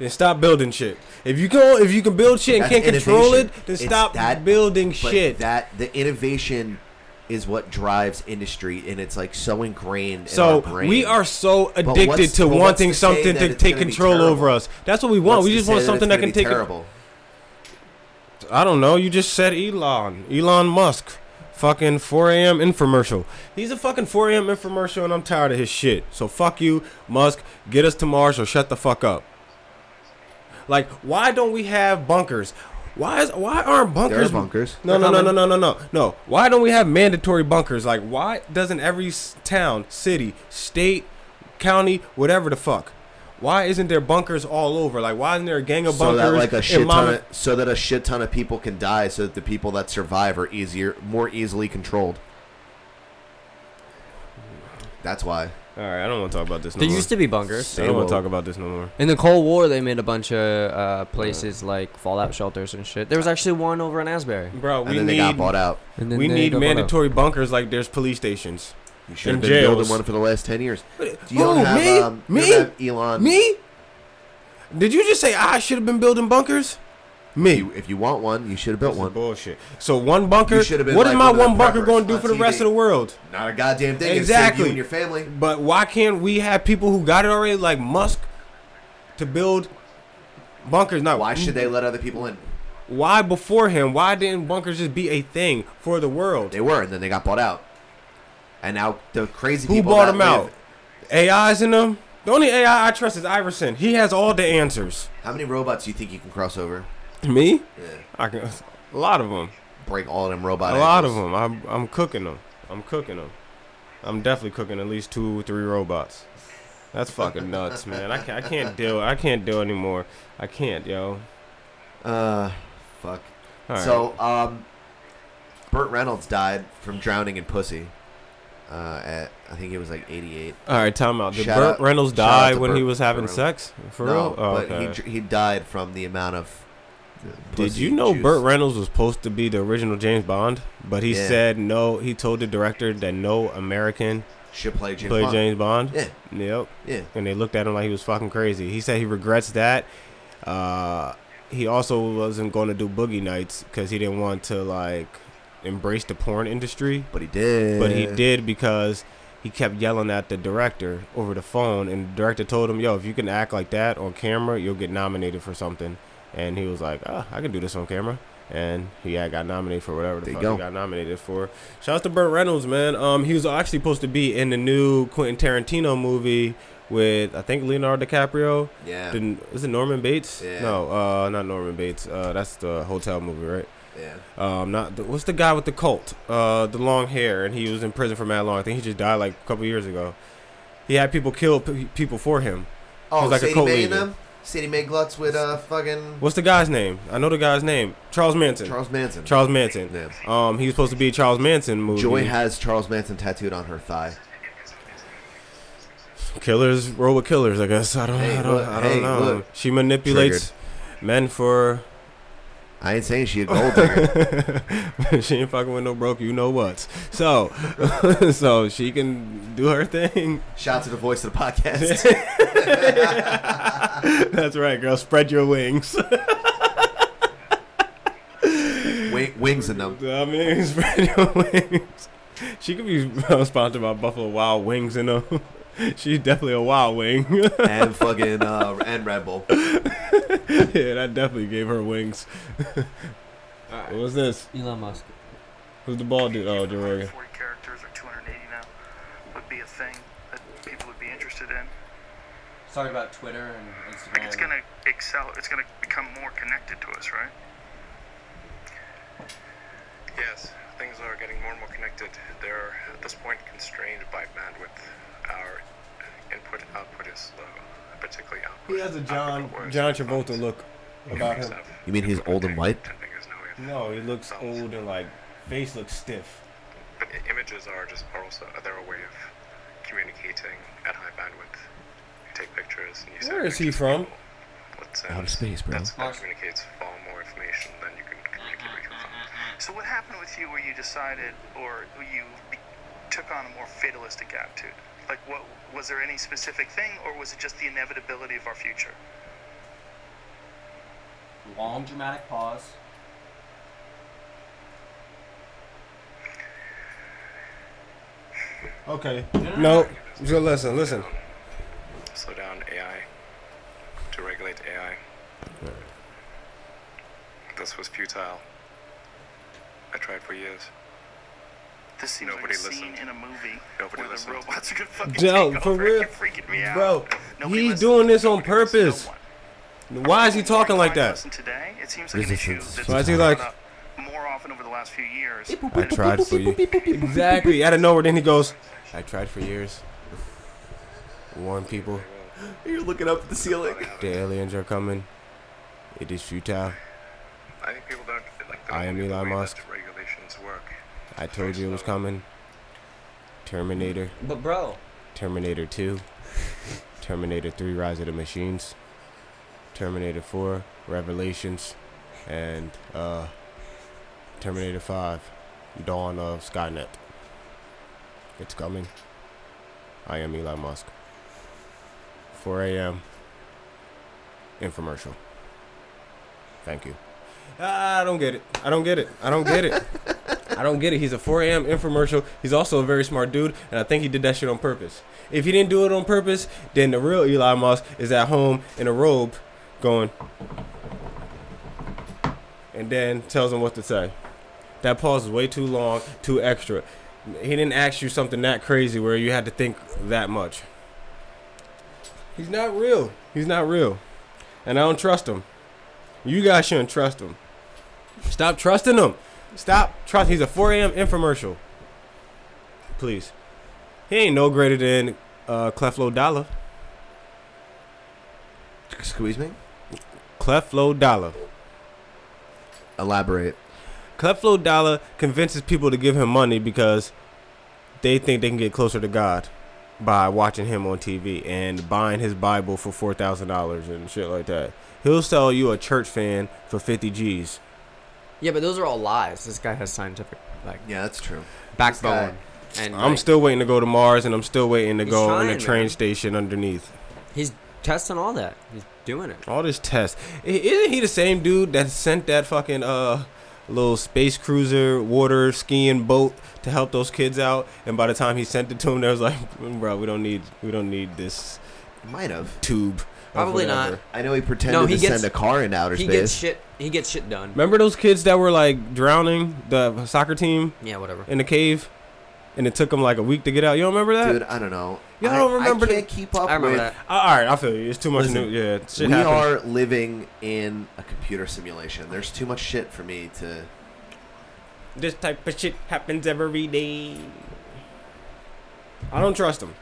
L: Then stop building shit. If you go, if you can build shit and
B: That's
L: can't control it,
B: innovation.
L: then
B: It's
L: stop
B: that-
L: building
B: but
L: shit.
B: That the innovation is what drives industry, and it's like so ingrained.
L: So
B: in our brain.
L: we are so
B: But what's-
L: addicted to
B: but what's
L: wanting
B: say
L: something
B: that
L: to
B: it's
L: take
B: gonna be
L: control
B: terrible?
L: over us. That's what we want.
B: What's
L: we
B: to
L: just want
B: say
L: something
B: it's
L: that
B: gonna
L: can
B: be
L: take.
B: terrible.
L: I don't know. You just said Elon. Elon Musk. Fucking 4 a.m. infomercial. He's a fucking 4 a.m. infomercial, and I'm tired of his shit. So fuck you, Musk. Get us to Mars or shut the fuck up. Like, why don't we have bunkers? Why is why aren't bunkers?
B: are bunkers.
L: No,
B: They're
L: no, no, no,
B: coming.
L: no, no, no, no. Why don't we have mandatory bunkers? Like, why doesn't every s- town, city, state, county, whatever the fuck? Why isn't there bunkers all over? Like, why isn't there a gang of
B: so
L: bunkers
B: that like a
L: in
B: shit
L: mama-
B: ton of, so that a shit ton of people can die, so that the people that survive are easier, more easily controlled. That's why.
L: All right, I don't want to talk about this. No
D: There
L: more.
D: used to be bunkers.
L: I don't want to talk about this no more.
D: In the Cold War, they made a bunch of uh, places like fallout shelters and shit. There was actually one over in Asbury.
L: Bro, we
B: then
L: need
B: they got bought out.
D: And then
L: we
D: they
L: need
D: got bought out.
L: mandatory bunkers like there's police stations.
B: You should have
L: and
B: been
L: jails.
B: building one for the last ten years. You
L: Who,
B: don't have,
L: me?
B: um, you
L: Me?
B: don't have Elon.
L: Me? Did you just say "Ah, I should have been building bunkers? Me.
B: You- if you want one, you should have built one.
L: Bullshit. So one bunker.
B: You
L: What is
B: should've been like
L: my
B: one of the
L: one bunker
B: preppers
L: going to do
B: on
L: for the rest
B: TV.
L: of the world?
B: Not a goddamn thing. It's save
L: Exactly.
B: You and your family.
L: But why can't we have people who got it already, like Musk, to build bunkers? Now,
B: Why should they let other people in?
L: Why before him? Why didn't bunkers just be a thing for the world?
B: They were, and then they got bought out. And now the crazy
L: Who
B: people
L: bought
B: that
L: him
B: live-
L: out? AIs in them. The only AI I trust is Iverson. He has all the answers.
B: How many robots do you think you can cross over?
L: Me?
B: Yeah.
L: I can. A lot of them.
B: Break all them
L: A
B: robots.
L: lot of them. I'm I'm cooking them. I'm cooking them. I'm definitely cooking at least two, three robots. That's fucking nuts, man. I can't, I can't deal. I can't deal anymore. I can't, yo.
B: Uh, fuck.
L: All right.
B: So, um, Burt Reynolds died from drowning in pussy. Uh, at I think it was like 88.
L: All right, time out. Did
B: Shout
L: Burt
B: out-
L: Reynolds
B: shout out
L: die
B: to
L: when he
B: Burt-
L: was having
B: Burt Reynolds.
L: sex? For
B: no,
L: real? Oh,
B: but he
L: okay.
B: he he died from the amount of. uh,
L: Did
B: pussy
L: you know
B: juice.
L: Burt Reynolds was supposed to be the original James Bond? But he
B: Yeah.
L: said no. He told the director that no American
B: should play James
L: played
B: Bond?
L: James Bond.
B: Yeah.
L: Yep.
B: Yeah.
L: And they looked at him like he was fucking crazy. He said he regrets that. Uh, he also wasn't going to do Boogie Nights because he didn't want to like embrace the porn industry.
B: But he did.
L: But he did because he kept yelling at the director over the phone, and the director told him, "Yo, if you can act like that on camera, you'll get nominated for something." And he was like, "Ah, I can do this on camera." And he had got nominated for whatever the
B: There you
L: fuck
B: go.
L: he got nominated for. Shout out to Burt Reynolds, man. Um, he was actually supposed to be in the new Quentin Tarantino movie with I think Leonardo DiCaprio.
B: Yeah.
L: Didn't, is it Norman Bates?
B: Yeah.
L: No, uh, not Norman Bates. Uh, that's the hotel movie, right?
B: Yeah.
L: Um, not the, what's the guy with the cult? Uh, the long hair, and he was in prison for mad long. I think he just died like a couple years ago. He had people kill p- people for him. He
B: Oh,
L: was like a
B: Sadie
L: cult
B: Mae and
L: leader.
B: them? Sadie Mae Glutz with uh fucking
L: What's the guy's name? I know the guy's name. Charles Manson.
B: Charles Manson.
L: Charles Manson.
B: Yeah.
L: Um, he was supposed to be a Charles Manson movie.
B: Joy has Charles Manson tattooed on her thigh.
L: killers roll with killers. I guess I don't.
B: Hey,
L: I don't,
B: look-
L: I don't
B: hey,
L: know.
B: look.
L: She manipulates men for.
B: I ain't saying she a gold digger.
L: she ain't fucking with no broke. You know what? So, so she can do her thing.
B: Shout out to the voice of the podcast.
L: That's right, girl. Spread your wings.
B: Wing, wings in them.
L: I mean, spread your wings. She could be uh, sponsored by Buffalo Wild Wings, you know. She's definitely a wild wing.
B: And fucking uh, and Red Bull.
L: yeah, that definitely gave her wings. What was this?
D: Elon Musk.
L: Who's the ball dude? Oh, Jorge.
N: 40 characters or 280 now would be a thing that people would be interested in.
D: Sorry about Twitter and Instagram.
N: Like it's gonna excel. It's gonna become more connected to us, right? Yes, things are getting more and more connected. They're at this point constrained by bandwidth. Our input output is low, particularly output.
C: He has a John.
L: John Travolta look about him.
B: You mean he's old and white?
L: No, he looks old and like face looks stiff.
N: But i- images are just are also they're a way of communicating at high bandwidth. You take pictures and you send
L: Where is he from?
N: what's
B: Out of space, bro.
N: That communicates far more information than you can communicate with
G: So what happened with you where you decided or you be- took on a more fatalistic attitude? Like what was there any specific thing or was it just the inevitability of our future?
P: Long dramatic pause.
L: Okay. No. So listen, listen.
N: slow down AI to regulate AI. This was futile. I tried for years.
G: This seems
N: Nobody
G: like a
N: listened.
G: scene in a movie
N: Nobody
G: where
N: listened.
G: the robots are gonna fucking
L: Yo,
G: take
L: for
G: over.
L: real,
G: You're freaking me out.
L: bro.
G: Nobody
L: He's
G: listened.
L: doing this on purpose. Why is he talking like that?
G: Listen today, it seems like an issue
L: Resistance.
G: that's
L: Why is he
G: been
L: like?
G: brought up more often over the last few years.
L: I tried for you.
G: Exactly.
L: Out of nowhere, then he goes. I tried for years. Warn people.
B: You're looking up at the ceiling.
L: The aliens are coming. It is futile.
N: I think people don't like the
L: I am Elon Musk.
N: regulations work.
L: I told you it was coming. Terminator.
D: But bro,
L: Terminator 2, Terminator 3 Rise of the Machines, Terminator 4 Revelations, and uh, Terminator 5 Dawn of Skynet. It's coming. I am Elon Musk. 4 a.m. Infomercial. Thank you. I don't get it. I don't get it. I don't get it. I don't get it. He's a 4 a.m. infomercial. He's also a very smart dude, and I think he did that shit on purpose. If he didn't do it on purpose, then the real Elon Musk is at home in a robe, going, and then tells him what to say. That pause is way too long, too extra. He didn't ask you something that crazy where you had to think that much. He's not real. He's not real, and I don't trust him. You guys shouldn't trust him. Stop trusting him. Stop trust. He's a 4 a.m. infomercial. Please. He ain't no greater than uh, Cleflo Dollar.
B: Excuse me?
L: Cleflo Dollar.
B: Elaborate.
L: Cleflo Dollar convinces people to give him money because they think they can get closer to God by watching him on TV and buying his Bible for four thousand dollars and shit like that. He'll sell you a church fan for fifty G's.
D: yeah, but those are all lies. This guy has scientific like.
B: Yeah, that's true.
D: Backbone. And
L: I'm
D: like,
L: still waiting to go to Mars, and I'm still waiting to
D: He's
L: go on
D: trying,
L: the train
D: man.
L: station underneath.
D: He's testing all that. He's doing it.
L: All this test. I- Isn't he the same dude that sent that fucking uh little space cruiser water skiing boat to help those kids out? And by the time he sent it to him, they was like, "Mm, "Bro, we don't need we don't need this."
B: Might have
L: tube. of
D: Probably
L: whatever."
D: not.
B: I know he pretended to send a car into outer
D: he
B: space.
D: gets shit. He gets shit done.
L: Remember those kids that were like drowning the soccer team?
D: Yeah, whatever.
L: In the cave, and it took them like a week to get out. You don't remember that?
B: Dude, I don't know.
L: Y'all
B: I-
L: don't remember
B: I can't keep up with
L: All right, I feel you. It's too much
B: Listen,
L: new. Yeah, shit
B: we
L: happens.
B: are living in a computer simulation. There's too much shit for me to.
L: This type of shit happens every day. I don't trust him.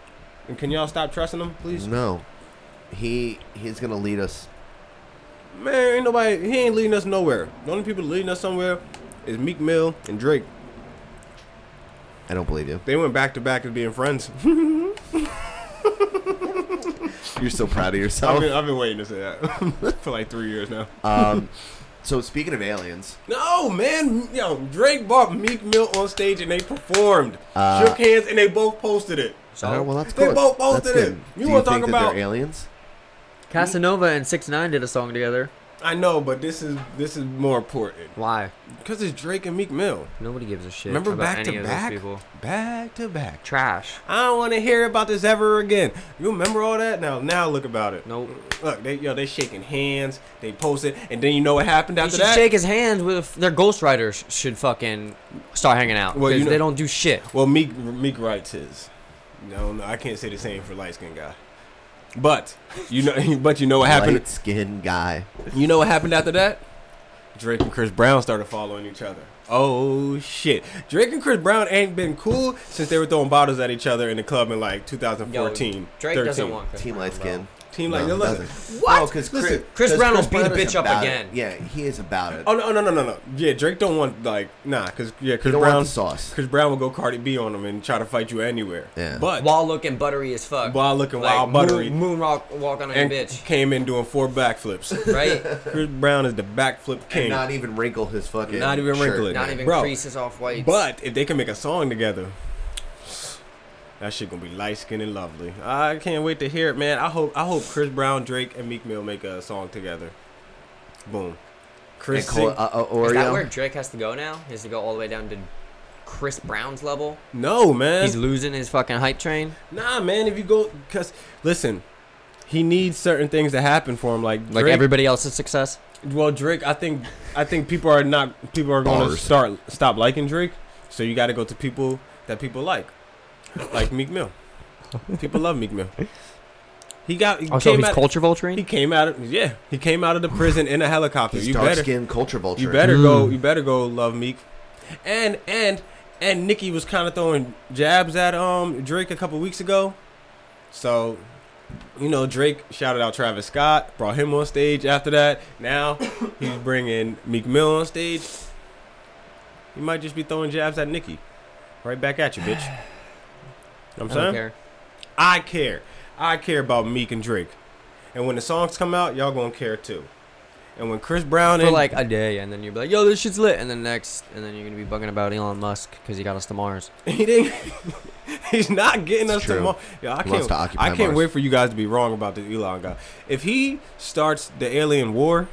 L: And can y'all stop trusting him, please?
B: No, he he's gonna lead us.
L: Man, ain't nobody. He ain't leading us nowhere. The only people leading us somewhere is Meek Mill and Drake.
B: I don't believe you.
L: They went back to back as being friends.
B: You're so proud of
L: I've,
B: yourself.
L: been, I've been waiting to say that for like three years now.
B: um, so speaking of aliens,
L: Uh, no, man, yo, Drake bought Meek Mill on stage and they performed,
B: Uh,
L: shook hands, and they both posted it.
B: Oh, well, that's
L: they
B: good.
L: both
B: That's
L: posted it.
B: good.
L: You
B: Do
L: want to
B: think
L: talk
B: that
L: about
B: they're aliens?
D: Casanova and Six Nine did a song together.
L: I know, but this is this is more important.
D: Why?
L: Because it's Drake and Meek Mill.
D: Nobody gives a shit.
L: Remember
D: about
L: back
D: any
L: to
D: of those
L: back?
D: people.
L: Back to back.
D: Trash.
L: I don't want to hear about this ever again. You remember all that? Now, now look about it.
D: Nope.
L: Look, they yo, they shaking hands. They posted, and then you know what happened
D: He
L: after
D: should
L: that?
D: shake his hands with their ghostwriters. Should fucking start hanging out.
L: Well, you
D: 'cause
L: know-
D: they don't do shit.
L: Well, Meek Meek writes his. No, no, I can't say the same for light skinned guy. But you know, but you know what happened.
B: Light skin guy.
L: You know what happened after that? Drake and Chris Brown started following each other. Oh shit! Drake and Chris Brown ain't been cool since they were throwing bottles at each other in the club in like 2014.
D: Yo, Drake
L: 13.
D: doesn't want Chris
B: Team
D: Brown,
B: Light Skin.
L: Team Light-
B: no,
L: yo, listen.
D: What?
B: No, because Chris,
D: Listen, Chris Brown will beat a
B: is
D: bitch up
B: about it.
D: again.
B: Yeah, he is about it.
L: Oh no no no no no! Yeah, Drake don't want like nah, cause yeah, Chris
B: don't want
L: Brown
B: the sauce.
L: Chris Brown will go Cardi B on him and try to fight you anywhere.
B: Yeah.
L: but
D: while looking buttery as fuck.
L: While looking wild buttery.
D: Moon, moonrock walk on a
L: and
D: bitch.
L: came in doing four backflips.
D: Right?
L: Chris Brown is the backflip king.
B: and not even wrinkle his fucking.
L: Not even
B: shirt.
L: wrinkle it.
D: Not even
L: Bro,
D: creases off white.
L: But if they can make a song together, that shit gonna be light skinned and lovely. I can't wait to hear it, man. I hope I hope Chris Brown, Drake, and Meek Mill make a song together. Boom. Chris
B: And call
L: sing-
B: it, uh, uh,
D: Is that
B: Oreo.
D: where Drake has to go now? He has to go all the way down to Chris Brown's level?
L: No man.
D: He's losing his fucking hype train.
L: nah man, if you go cause listen, he needs certain things to happen for him like
D: Like
L: Drake-
D: everybody else's success.
L: Well, Drake, I think I think people are not people are going to
B: Bars.
L: start stop liking Drake, so you got to go to people that people like, like Meek Mill. People love Meek Mill. He got
B: Oh,
L: he
D: Also,
L: came
D: he's
L: out,
D: culture
L: He
D: vulturing.
L: came out of yeah, he came out of the prison in a helicopter.
B: He's
L: you
B: dark
L: better
B: skinned culture vulture.
L: you better go
D: Mm.
L: you better go love Meek, and and and Nicki was kind of throwing jabs at um Drake a couple weeks ago, so you know Drake shouted out Travis Scott, brought him on stage. After that, now he's bringing Meek Mill on stage. He might just be throwing jabs at Nicki, right back at you, bitch. You know what I'm
D: I don't
L: saying
D: care.
L: I care. I care about Meek and Drake, and when the songs come out, y'all gonna care too. And when Chris Brown
D: For
L: and
D: like a day, and then you'll be like, "Yo, this shit's lit," and then next, and then you're gonna be bugging about Elon Musk because he got us to Mars.
L: He didn't. He's not getting
B: It's
L: us
B: true.
L: to Mars. Yeah, I
B: He
L: can't.
B: wants to
L: I
B: occupy
L: can't
B: Mars.
L: wait for you guys to be wrong about the Elon guy. If he starts the alien war,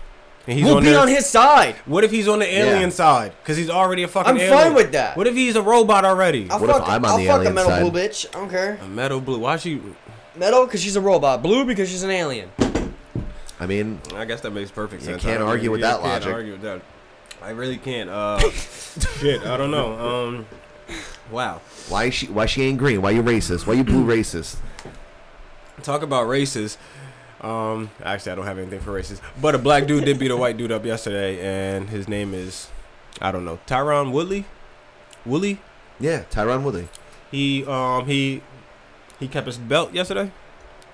L: and he's
D: we'll
L: on
D: be
L: there-
D: on his side.
L: What if he's on the alien
B: Yeah.
L: side? Because he's already a fucking.
D: I'm
L: alien.
D: fine with that.
L: What if he's a robot already?
D: I'll
B: What if I'm on the alien side?
D: blue bitch. I don't care.
L: A metal blue. Why she?
D: Metal because she's a robot. Blue because she's an alien.
B: I mean,
L: I guess that makes perfect
B: You
L: sense.
B: can't
L: I don't
B: argue
L: know.
B: with
L: Yeah,
B: that
L: I can't
B: logic.
L: argue with that. I really can't. Uh, shit. I don't know. Um, wow.
B: why she why she ain't green? Why you racist? Why you blue racist?
L: Talk about races. Um, actually, I don't have anything for races, but a black dude did beat a white dude up yesterday, and his name is, I don't know, Tyron Woodley. Woodley.
B: Yeah, Tyron Woodley,
L: He um he he kept his belt yesterday.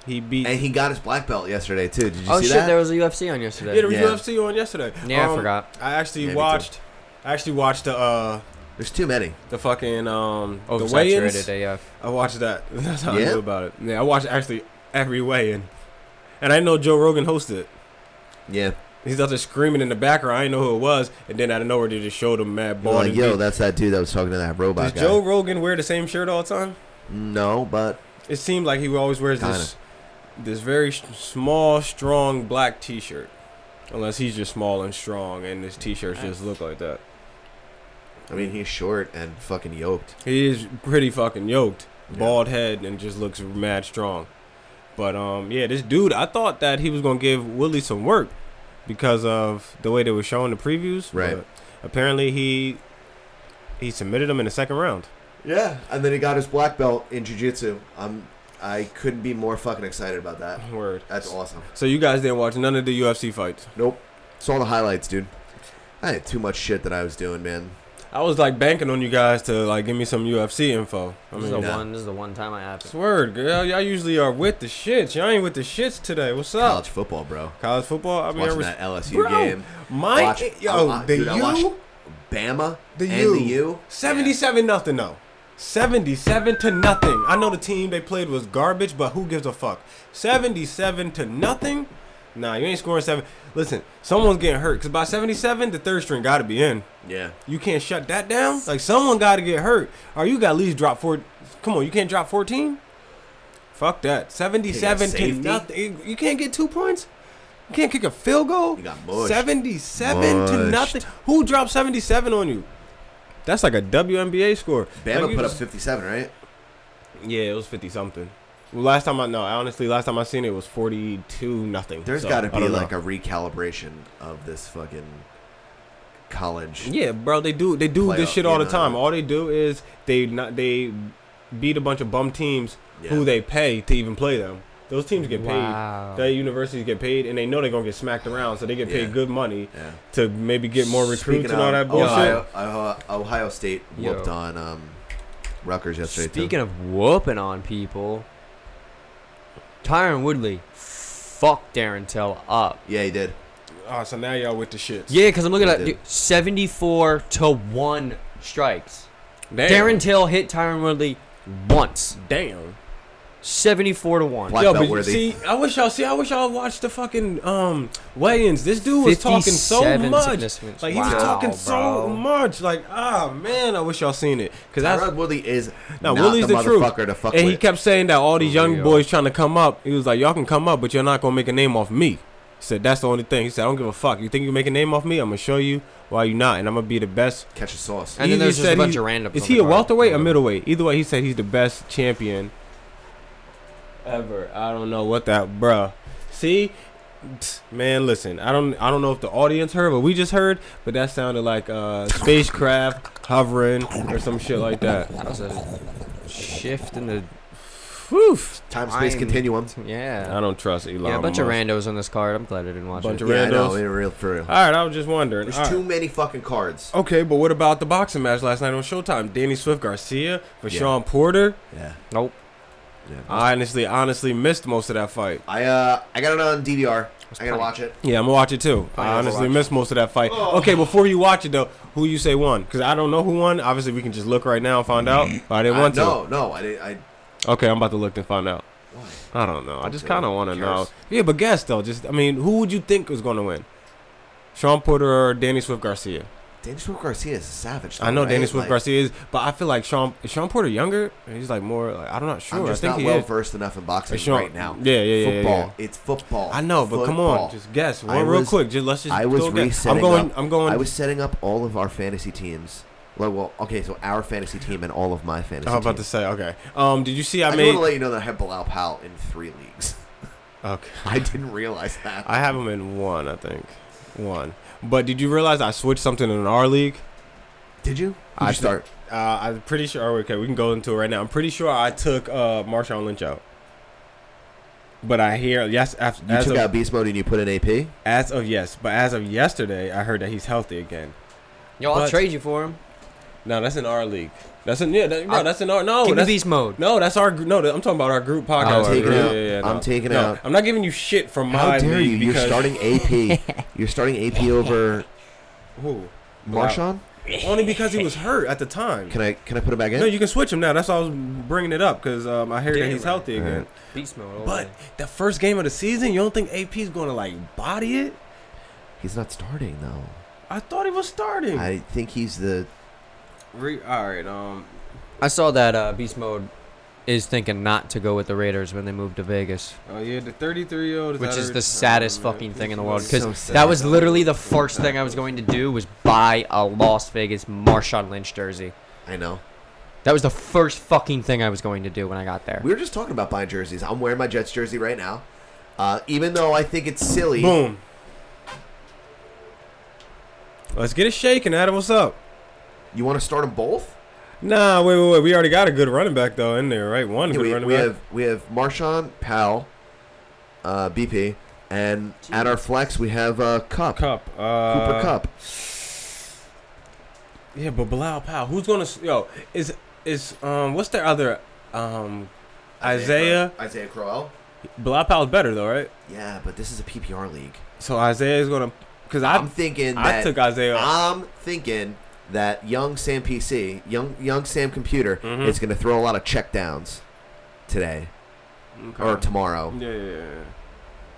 L: He beat.
B: and he got his black belt yesterday too. Did you
D: Oh
B: see
D: shit,
B: that?
D: there was a UFC on
L: yeah,
D: yesterday.
L: there was
B: Yeah.
L: UFC on yesterday.
D: Yeah, I
L: Um,
D: forgot.
L: I actually
B: Yeah, me too.
L: watched. I actually watched the uh
B: There's too many.
L: the fucking um the
D: Oversaturated
L: weigh-ins.
D: AF.
L: I watched that. That's how I
B: Yeah?
L: knew about it. Yeah, I watched actually every weigh-in, and I didn't know Joe Rogan hosted. it.
B: Yeah,
L: He's out there screaming in the background. I didn't know who it was, and then out of nowhere they just showed him mad
B: You're
L: bald.
B: like
L: and
B: yo,
L: beat.
B: that's that dude that was talking to that robot
L: does
B: guy.
L: Joe Rogan wear the same shirt all the time?
B: No, but
L: It seemed like he always wears this this very s- small, strong black T-shirt, unless he's just small and strong, and his T-shirts just look like that.
B: I mean he's short and fucking yoked.
L: He is pretty fucking yoked, bald head, and just looks mad strong. But um, yeah, this dude, I thought that he was gonna give Willie some work because of the way they were showing the previews.
B: Right.
L: but apparently, he he submitted him in the second round.
B: Yeah, and then he got his black belt in jujitsu. I'm I couldn't be more fucking excited about that.
L: Word.
B: That's awesome.
L: So you guys didn't watch none of the UFC fights.
B: Nope, saw the highlights, dude. I had too much shit that I was doing, man.
L: I was like banking on you guys to like give me some UFC info. I
D: This
L: mean,
D: is the
B: nah.
D: one. This is the one time I have to.
L: word, girl. Y'all usually are with the shits. Y'all ain't with the shits today. What's up?
B: College football, bro.
L: College football. I mean, I
B: watching
L: res-
B: that LSU
L: Bro,
B: game.
L: my-
B: Watch-
L: yo,
B: watch-
L: the
B: dude, I
L: U-
B: watched Bama,
L: The
B: and
L: U.
B: the U.
L: 77 nothing though. 77 to nothing. I know the team they played was garbage, but who gives a fuck? 77 to nothing? Nah, you ain't scoring seven. Listen, someone's getting hurt because by 77, the third string got to be in.
B: Yeah.
L: You can't shut that down. Like someone got to get hurt, or you got to at least drop four. Come on, you can't drop 14. Fuck that. 77 to
B: safety.
L: nothing. You can't get two points. You can't kick a field goal.
B: You got mushed.
L: 77 to
B: Mushed.
L: nothing. Who dropped 77 on you? That's like a WNBA score.
B: Bama
L: Like, you
B: put
L: just-
B: up 57, right?
L: Yeah, it was 50 something. Well, last time I know, honestly, last time I seen it was 42 nothing.
B: There's
L: There's
B: got to be like a recalibration of this fucking college.
L: Yeah, bro, they do they do this
B: Playoff,
L: shit all
B: you
L: the
B: know.
L: time. All they do is they not they beat a bunch of bum teams
B: Yeah.
L: who they pay to even play them. Those teams get paid.
D: Wow.
L: That universities get paid, and they know they're gonna get smacked around, so they get paid
B: Yeah.
L: good money
B: Yeah.
L: to maybe get more recruits
B: Speaking
L: and all that
B: of
L: bullshit.
B: Ohio, Ohio, Ohio State whooped
D: Yo.
B: on um, Rutgers yesterday. too.
D: Speaking of whooping on people, Tyron Woodley fucked Darren Till up.
B: Yeah, he did.
L: Oh, so now y'all with the shits.
D: Yeah, because I'm looking
L: He
D: at
L: did.
D: dude, 74 to 1 strikes.
L: Damn.
D: Darren Till hit Tyron Woodley once.
L: Damn.
D: 74 to 1.
L: Yo, but see, I wish y'all see. I wish y'all watched the fucking um weigh-ins. This dude was talking so
D: 57
L: much.
D: significance.
L: Like he was
D: Wow,
L: talking
D: bro.
L: so much. Like ah man, I wish y'all seen it. Cause that's
B: Tyrod Woodley is
L: now
B: not
L: Willie's
B: the
L: the, truth.
B: motherfucker to fuck
L: and he
B: with.
L: kept saying that all these
B: For
L: young
B: real.
L: boys trying to come up. He was like, y'all can come up, but you're not gonna make a name off me. He said that's the only thing. He said, I don't give a fuck. You think you make a name off me? I'm gonna show you why you not, and I'm gonna be the best.
B: Catch a sauce.
D: And then
L: He
D: there's just a
L: said
D: bunch
L: he-
D: of randoms
L: Is
D: on
L: he
D: the
L: a
D: card.
L: welterweight or middleweight? Either way, he said he's the best champion ever. I don't know what that, bruh. See, Tsk, man, listen. I don't, I don't know if the audience heard what we just heard, but that sounded like uh, spacecraft hovering or some shit like that.
D: That was a shift in the
B: Time space
D: Time.
B: continuum.
D: Yeah.
L: I don't trust Elon.
D: Yeah, a bunch of
L: Musk.
D: randos on this card. I'm glad I didn't watch
L: Bunch
D: it.
L: of
B: Yeah, I know,
L: randos.
B: yeah, real for real.
L: All right, I was just wondering.
B: There's
L: All right.
B: too many fucking cards.
L: Okay, but what about the boxing match last night on Showtime? Danny Swift Garcia for
B: Yeah.
L: Sean Porter.
B: Yeah.
D: Nope.
B: Yeah.
L: I honestly, honestly missed most of that fight.
B: I uh I got it on DVR. I gotta watch it.
L: Yeah, I'm gonna watch it too.
B: Probably
L: I
B: overwatch
L: honestly
B: it.
L: missed most of that fight.
B: Oh.
L: Okay, before you watch it though, who you say won? Because I don't know who won. Obviously, we can just look right now and find out. But I didn't
B: I-
L: want
B: No,
L: to.
B: no, I didn't. I
L: Okay, I'm about to look and find out. I don't know. I just
B: Okay,
L: kind of want to
B: who
L: know.
B: cares?
L: Yeah, but guess though. Just I mean, who would you think was gonna win? Sean Porter or Danny Swift Garcia?
B: Danny Swift Garcia is a savage.
L: I know
B: though,
L: Danny
B: right?
L: Swift
B: Like,
L: Garcia is, but I feel like Sean is Sean Porter younger. He's like more. Like, I'm not sure.
B: I'm
L: I
B: just
L: think
B: not
L: he
B: well
L: is.
B: versed enough in boxing
L: Hey, Sean-
B: right now.
L: Yeah, yeah, yeah, yeah,
B: Football.
L: yeah.
B: It's football.
L: I know, but come on,
B: Football.
L: just guess.
B: I
L: Real- real
B: was-
L: quick, just- let's just
B: I was
L: throw a guess. I'm
B: resetting
L: going-
B: up-
L: I'm going-
B: I was setting up all of our fantasy teams. Well, well, okay, so our fantasy team and all of my fantasy.
L: I was about to
B: teams.
L: say. Okay. Um. Did you see?
B: I,
L: I,
B: just
L: made.
B: want to let you know that I have Bilal Powell in three leagues.
L: okay.
B: I didn't realize that.
L: I have him in one. I think one. But did you realize I switched something in our league?
B: Did you?
L: I
B: I start.
L: Uh, I'm pretty sure. Okay, we can go into it right now. I'm pretty sure I took uh Marshawn Lynch out. But I hear yes. After,
B: You
L: as
B: took
L: of,
B: out beast mode and you put in AP.
L: As of yes, but as of yesterday, I heard that he's healthy again.
D: Yo, I'll
L: But-
D: trade you for him.
L: No, that's in our league. That's in yeah. That, bro,
D: I'll-
L: that's in our no.
D: give me
L: Oh, That's
D: beast mode.
L: No, that's our gr- no. that- I'm talking about our group podcast.
B: I'm taking
L: Oh, yeah,
B: out-
L: yeah, yeah, no.
B: I'm taking
L: No,
B: out-
L: I'm not giving you shit from my
B: How dare
L: league
B: you? You're
L: because-
B: starting AP. You're starting AP over
L: who
B: Marshawn.
L: only because he was hurt at the time.
B: Can I can I put him back in?
L: No, you can switch him now. That's why I was bringing it up because um, I heard that he's healthy again.
B: Alright.
D: Beast mode. all
L: But
D: day.
L: the first game of the season, you don't think AP's going to like body it?
B: He's not starting though.
L: I thought he was starting.
B: I think he's the.
L: Re- all right, um,
D: I saw that uh, beast mode is thinking not to go with the Raiders when they moved to Vegas.
L: oh yeah, the 33 year old,
D: which is the saddest fucking thing in the world because
B: So sad.
D: that was literally the first thing I was going to do was buy a Las Vegas Marshawn Lynch jersey.
B: I know.
D: That was the first fucking thing I was going to do when I got there.
B: We were just talking about buying jerseys. I'm wearing my Jets jersey right now. Uh, even though I think it's silly.
L: boom. Let's get it shaking, Adam. What's up?
B: You want to start them both?
L: Nah, wait, wait, wait. We already got a good running back though in there, right? One
B: Yeah,
L: good
B: we,
L: running
B: we
L: back.
B: have we have Marshawn Powell, uh, BP, and at our flex we have uh, Cup,
L: Cup. Uh,
B: Cooper Cup.
L: Yeah, but Bilal Powell, who's gonna s- yo? Is is um what's their other um Isaiah?
B: Isaiah Crowell.
L: Bilal Powell's better though, right?
B: Yeah, but this is a PPR league.
L: So Isaiah is gonna because I
B: I'm thinking.
L: I
B: that-
L: took Isaiah.
B: I'm thinking that young Sam PC, young young Sam Computer,
L: Mhm.
B: is going to throw a lot of checkdowns today
L: Okay.
B: or tomorrow
L: yeah, yeah, yeah. yeah.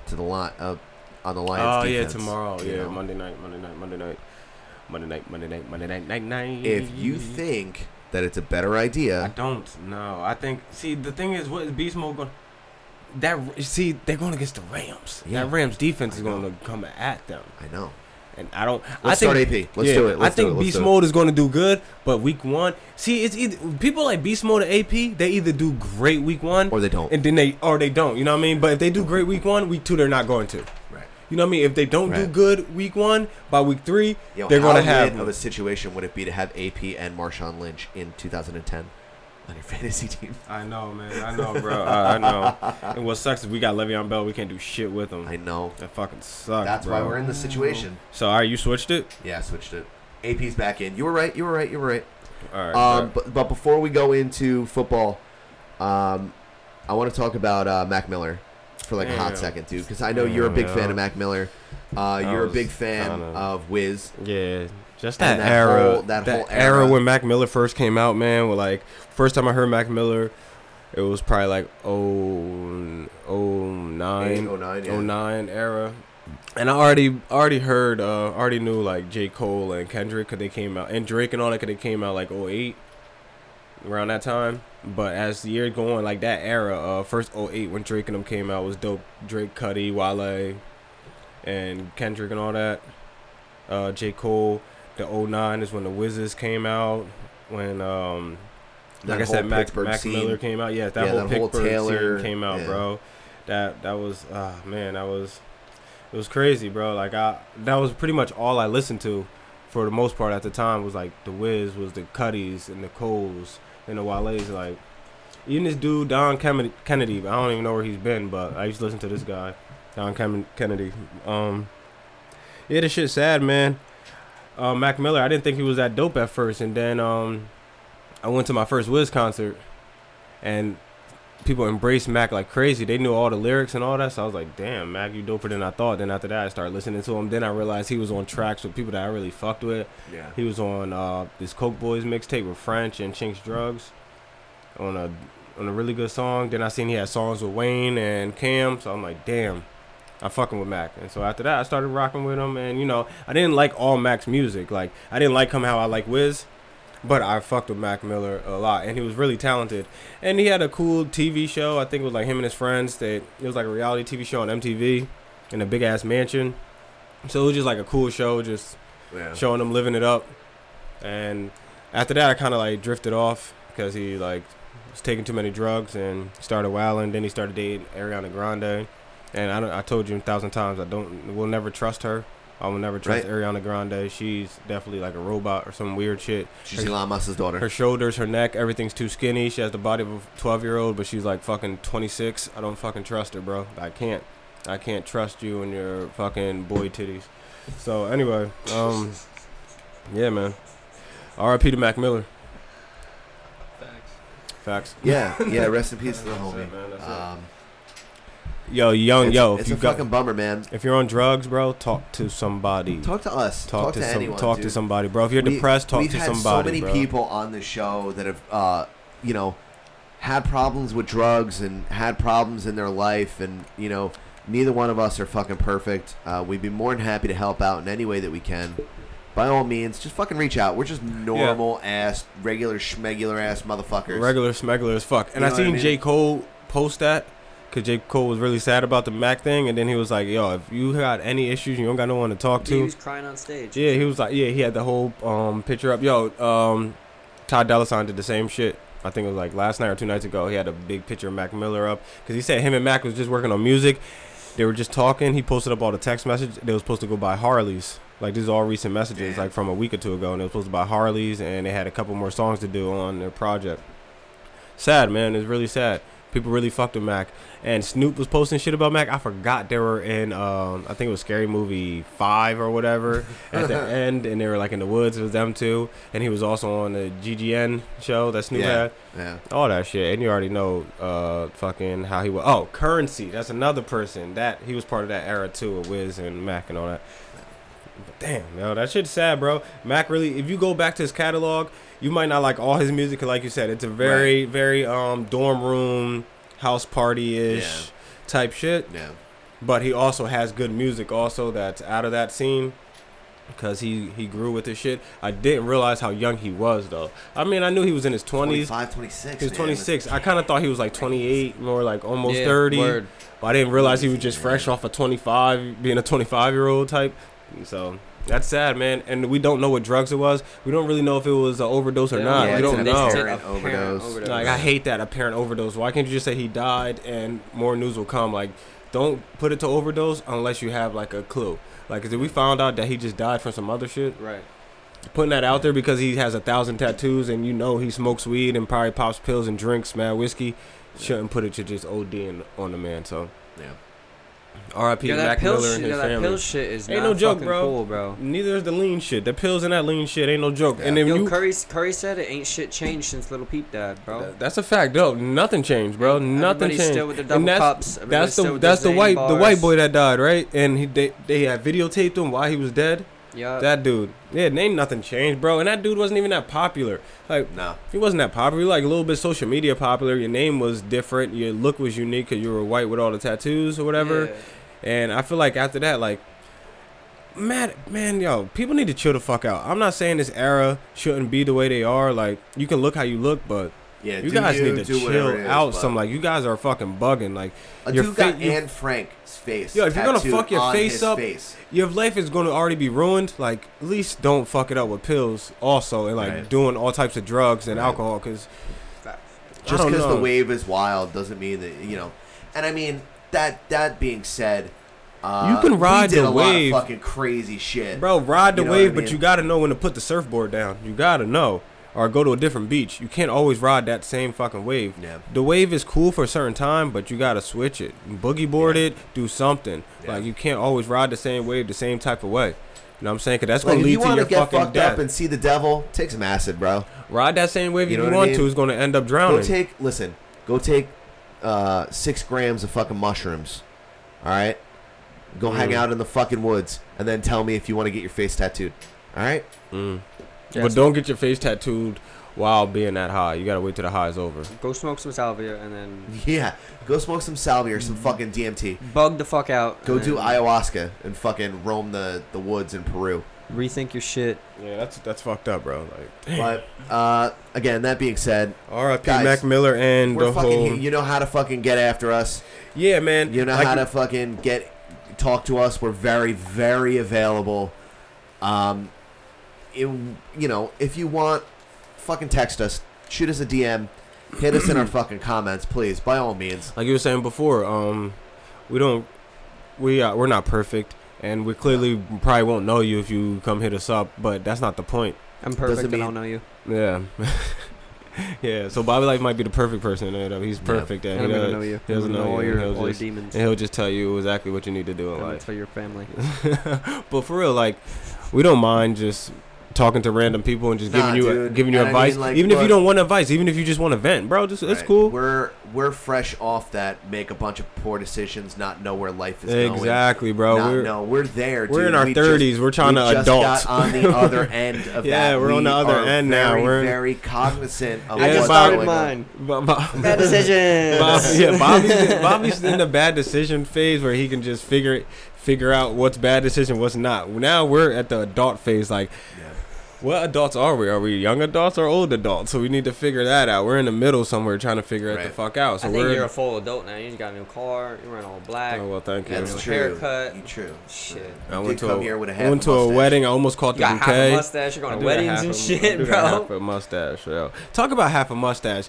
B: to the line uh, on the Lions.
L: Oh yeah,
B: defense,
L: tomorrow.
B: you
L: Yeah,
B: know?
L: Monday night, Monday night, Monday night, Monday night, Monday night, Monday night, night night.
B: If you think that it's a better
L: I
B: idea,
L: don't know, I think see the thing is what is Beast Mode going? That see they're going against the Rams.
B: Yeah.
L: That Rams defense is
B: I know.
L: going to come at them.
B: I know.
L: And I don't. I
B: Let's
L: think,
B: start AP. Let's do it. Let's do
L: I think
B: it. Let's
L: Beast
B: do it.
L: Mode is going to do good, but Week One, see, it's either people like Beast Mode and AP. They either do great Week One,
B: Or they don't.
L: and then they or they don't. You know what I mean? But if they do great Week One, Week Two, they're not going to.
B: Right.
L: You know what I mean? If they don't do
B: Right.
L: good Week One, by Week Three,
B: Yo,
L: they're
B: how
L: going to
B: weird
L: have.
B: of a situation would it be to have AP and Marshawn Lynch in 2010? on your fantasy team.
L: I know, man. I know, bro. I, I know. And what sucks is we got Le'Veon Bell. We can't do shit with him. I
B: know.
L: That fucking sucks.
B: That's
L: bro.
B: why we're in this situation.
L: So, all right, you switched it.
B: Yeah, I switched it. AP's back in. You were right. You were right. You were right.
L: All right.
B: Um, but, but before we go into football, um, I want to talk about uh, Mac Miller for like a hot
L: Damn.
B: second, dude, because I know you're a big fan of Mac Miller. Uh,
L: I
B: you're a
L: was
B: big fan
L: kinda-
B: of Wiz.
L: Yeah, just that,
B: And
L: era,
B: whole-
L: that,
B: that, whole
L: era.
B: era.
L: when Mac Miller first came out, man. Well, like first time I heard Mac Miller, it was probably like oh oh nine
B: Eight, oh nine, yeah.
L: oh nine era, and I already already heard uh already knew like J Cole and Kendrick because they came out and Drake and all that because they came out like oh eight around that time. But as the year going, like that era, uh, first 08 when Drake and them came out was dope. Drake, Cudi, Wale, and Kendrick and all that. Uh, J. Cole, the 09 is when the Wizards came out. When, um,
B: That
L: like I
B: whole
L: said, Mac,
B: Pittsburgh
L: Mac
B: scene.
L: Miller came out. Yeah, that
B: Yeah,
L: whole
B: that whole
L: Pittsburgh
B: Taylor,
L: scene came out,
B: yeah.
L: bro. That that was, uh, man, that was, it was crazy, bro. Like I, that was pretty much all I listened to, for the most part at the time was like the Wiz, was the Cuddies and the Coles and the Wale's. Like even this dude Don Kem- Kennedy, I don't even know where he's been, but I used to listen to this guy, Don Kem- Kennedy. Um, yeah, this shit's sad, man. Uh, Mac Miller, I didn't think he was that dope at first, and then um, I went to my first Wiz concert, and people embraced Mac like crazy. They knew all the lyrics and all that, so I was like, "Damn, Mac, you doper than I thought." Then after that, I started listening to him. Then I realized he was on tracks with people that I really fucked with.
B: Yeah.
L: he was on uh, this Coke Boys mixtape with French and Chink's Drugs, on a on a really good song. Then I seen he had songs with Wayne and Cam, so I'm like, "Damn." I'm fucking with Mac. And so after that, I started rocking with him. And, you know, I didn't like all Mac's music. Like, I didn't like him how I like Wiz, but I fucked with Mac Miller a lot. And he was really talented. And he had a cool TV show. I think it was like him and his friends. That It was like a reality TV show on MTV in a big ass mansion. So it was just like a cool show, just
B: Yeah.
L: showing him living it up. And after that, I kind of like drifted off because he like was taking too many drugs and started wilding. Then he started dating Ariana Grande, and I, don't- I told you a thousand times I don't will never trust her. I will never trust
B: Right.
L: Ariana Grande. She's definitely like a robot or some weird shit.
B: She's Elon Musk's daughter.
L: Her shoulders, her neck, everything's too skinny. She has the body of a twelve year old, but she's like fucking twenty six. I don't fucking trust her, bro. I can't. I can't trust you and your fucking boy titties. So anyway, um, yeah, man. R.I.P. to Mac Miller. Facts.
B: Yeah, yeah. Rest in peace to the
L: That's
B: homie.
L: it, man, that's it.
B: um,
L: Yo, young,
B: it's,
L: yo. If
B: it's
L: you
B: a
L: go,
B: fucking bummer, man.
L: if you're on drugs, bro, talk to somebody.
B: Talk to us.
L: Talk, to, some,
B: anyone,
L: Talk to
B: dude.
L: somebody, bro. If you're
B: We-
L: depressed, talk
B: we've
L: to
B: had
L: somebody.
B: So many
L: bro.
B: people on the show that have, uh, you know, had problems with drugs and had problems in their life, and you know, neither one of us are fucking perfect. Uh, we'd be more than happy to help out in any way that we can. By all means, just fucking reach out. We're just normal ass, regular schmegular ass motherfuckers.
L: Regular smuggler as fuck. And
B: You
L: I
B: know what I
L: seen
B: mean?
L: J. Cole post that because J. Cole was really sad about the Mac thing. And then he was like, yo, if you got any issues, you don't got no one to talk to.
D: He was crying on stage.
L: Yeah, he was like, yeah, he had the whole um, picture up. Yo, um, Todd Dollasign did the same shit. I think it was like last night or two nights ago. He had a big picture of Mac Miller up because he said him and Mac was just working on music. They were just talking. He posted up all the text messages. They was supposed to go buy Harleys. Like these are all recent messages, like from a week or two ago, and they were supposed to buy Harleys, and they had a couple more songs to do on their project. Sad, man. It's really sad. People really fucked with Mac. And Snoop was posting shit about Mac. I forgot they were in, um, I think it was Scary Movie 5 or whatever at the end. And they were like in the woods. It was them too. And he was also on the GGN show that Snoop
B: Yeah,
L: had.
B: yeah.
L: All that shit. And you already know uh, fucking how he was. Oh, Currency. That's another person. That He was part of that era too with Wiz and Mac and all that. Damn, yo, that shit's sad, bro. Mac really, if you go back to his catalog, you might not like all his music. 'cause Like you said, it's a very, very um dorm room, house party ish type shit.
B: Yeah.
L: But he also has good music also that's out of that scene, because he he grew with his shit. I didn't realize how young he was though. I mean, I knew he was in his twenties.
B: 25, 26.
L: He was
B: man.
L: 26. I kind of thought he was like 28, more like almost
D: Yeah,
L: 30.
D: word.
L: But I didn't realize he was just fresh off of 25, being a 25 year old type. So that's sad, man. And we don't know what drugs it was. We don't really know if it was an overdose or
D: They don't-
L: not.
D: yeah,
L: we
D: it's
L: don't
D: an
L: know.
D: apparent Apparent overdose. overdose.
L: Like I hate that apparent overdose. Why can't you just say he died and more news will come? Like, don't put it to overdose unless you have like a clue. Like, if we found out that he just died from some other shit,
D: Right.
L: putting that out there because he has a thousand tattoos and you know he smokes weed and probably pops pills and drinks mad whiskey. Shouldn't put it to just ODing on the man. So
B: yeah.
L: R.I.P.
D: Yeah, that
L: Mac
D: pill
L: Miller
D: shit-
L: and his
D: yeah, that
L: family.
D: pill shit is
L: ain't
D: not
L: no joke,
D: fucking
L: bro.
D: cool, bro.
L: Neither is the lean shit. The pills and that lean shit ain't no joke. And then
D: Yo,
L: you,
D: Curry, Curry said it ain't shit changed since Little Peep died, bro.
L: that's a fact, though. Nothing changed, bro. Nothing
D: Everybody's
L: changed.
D: still with the
L: And
D: double
L: that's,
D: cups. Everybody's
L: That's
D: still
L: the
D: with the
L: that's the
D: Zane
L: white the white
D: bars.
L: boy that died, right? And he they they had videotaped him while he was dead.
B: Uh,
D: Yeah.
L: That dude. Yeah, ain't nothing changed, bro. And that dude wasn't even that popular. Like,
B: no,
L: he wasn't that popular. Like a little bit social media popular. Your name was different. Your look was unique because you were white with all the tattoos or whatever.
D: Yeah.
L: And I feel like after that, like Mad man, yo, people need to chill the fuck out. I'm not saying this era shouldn't be the way they are. Like, you can look how you look, but
B: Yeah,
L: you
B: do
L: guys
B: you,
L: need to
B: do whatever it
L: chill
B: is,
L: out.
B: but-
L: Some like you guys are fucking bugging. Like,
B: A
L: your
B: dude
L: fa-
B: got
L: you-
B: Anne Frank's face.
L: Yo, if you're gonna
B: tattooed
L: fuck your
B: on
L: face
B: his
L: up,
B: face.
L: your life is gonna already be ruined. Like, at least don't fuck it up with pills, also, and like
B: Right.
L: doing all types of drugs and alcohol, because
B: just because the wave is wild doesn't mean that you know. And I mean that. That being said, uh,
L: You can
B: we
L: ride
B: did
L: the
B: a
L: wave.
B: lot of fucking crazy shit,
L: Bro, ride the
B: You know what I
L: wave, but
B: mean?
L: you gotta know when to put the surfboard down. You gotta know. Or go to a different beach. You can't always ride that same fucking wave.
B: Yeah.
L: The wave is cool for a certain time, but you gotta switch it. Boogie board it, do something. Like, you can't always ride the same wave the same type of way. You know what I'm saying? Because that's
B: Like,
L: gonna
B: if you
L: lead to
B: want
L: your
B: to get
L: fucking
B: fucked
L: death.
B: up and see the devil, take some acid, bro.
L: Ride that same wave if
B: know
L: you
B: what I
L: want
B: mean?
L: to. It's gonna end up drowning.
B: Go take listen. Go take uh, six grams of fucking mushrooms. All right. Go hang
L: Mm.
B: out in the fucking woods, and then tell me if you want to get your face tattooed. All right.
L: Mm.
D: Yeah,
L: but
D: so-
L: don't get your face tattooed while being that high. You gotta wait till the high is over.
D: Go smoke some salvia and then
B: Yeah. Go smoke some salvia or
L: Mm-hmm.
B: some fucking DMT.
D: bug the fuck out.
B: Go
D: and
B: do
D: then
B: ayahuasca and fucking roam the, the woods in Peru.
D: Rethink your shit.
L: Yeah, that's that's fucked up, bro. Like,
B: But uh, again, that being said,
L: R.I.P.
B: guys,
L: Mac Miller and
B: we're
L: the
B: fucking
L: whole.
B: here. You know how to fucking get after us.
L: Yeah, man.
B: You know
L: Like-
B: how to fucking get talk to us. We're very, very available. Um, it, you know, if you want, fucking text us, shoot us a DM, hit us in our fucking comments, please, by all means.
L: like you were saying before, um, we don't, we uh, we're not perfect, and we clearly probably won't know you if you come hit us up, but that's not the point.
D: I'm perfect
B: Doesn't
D: and I
B: mean-
D: don't know you.
L: Yeah. Yeah, so Bobby Life might be the perfect person. You know? He's perfect.
D: And
L: Yeah.
D: I'm
L: He,
D: gonna
L: does,
D: know you.
L: he doesn't
D: I'm gonna
L: know
D: know all
L: you.
D: your-
L: and he'll
D: all your
L: just,
D: demons.
L: And he'll just tell you exactly what you need to do in
D: And
L: life.
D: it's for your family.
L: but for real, like, we don't mind just talking to random people and just
B: Nah,
L: giving you
B: dude.
L: giving you
B: And I
L: advice.
B: mean, like,
L: even if you
B: look-
L: don't want advice, even if you just want to vent, bro, just it's
B: Right.
L: cool.
B: We're we're fresh off that make a bunch of poor decisions, not know where life is going.
L: Exactly, bro.
B: Not
L: We're-
B: know. we're there.
L: we're
B: dude.
L: in our
B: We just-
L: 30s. We're trying
B: we
L: to
B: just
L: adult.
B: Got on the other end of
L: Yeah,
B: that.
L: we're on
B: We
L: the other
B: are
L: end now.
B: very,
L: We're-
B: very cognizant of
L: Yeah,
B: what's
L: Bob-
B: going on.
L: Bob- Bob-
D: Bad decisions.
L: Bob- yeah, Bobby's, Bobby's in the bad decision phase where he can just figure it, figure out what's bad decision, what's not. Now we're at the adult phase. Like, what adults are we? Are we young adults or old adults? So we need to figure that out. We're in the middle somewhere trying to figure it the
D: Right.
L: fuck out. So
D: I
L: we're
D: think you're a full adult now. You just got a new car. You're wearing all black.
L: Oh, well, thank you.
D: got a
L: That's
D: new
B: true.
D: Haircut.
B: You true.
D: Shit.
L: I
B: did
L: went to
B: come
L: a,
B: here with a
L: I
B: half
L: went
B: a
L: to a
B: mustache.
L: wedding. I almost caught
D: You
L: the
D: got half a
L: bouquet.
D: mustache, you're going
L: I
D: to
L: do got
D: weddings
L: half
D: and
L: a- I
D: shit,
L: do got
D: bro.
L: Half a mustache, yo. Talk about half a mustache.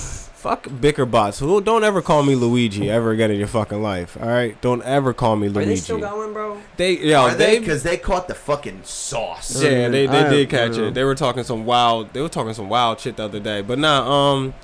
L: Fuck bickerbots. Who don't ever call me Luigi ever again in your fucking life. All right, don't ever call me
D: Are
L: Luigi.
D: they still going, bro?
L: They- yo,
B: Are they?
L: they-
B: Because they caught the fucking sauce.
L: Yeah, they, they
Q: I-
L: did catch
Q: yeah.
L: it. They were talking some wild. They were talking some wild shit the other day. But nah, um,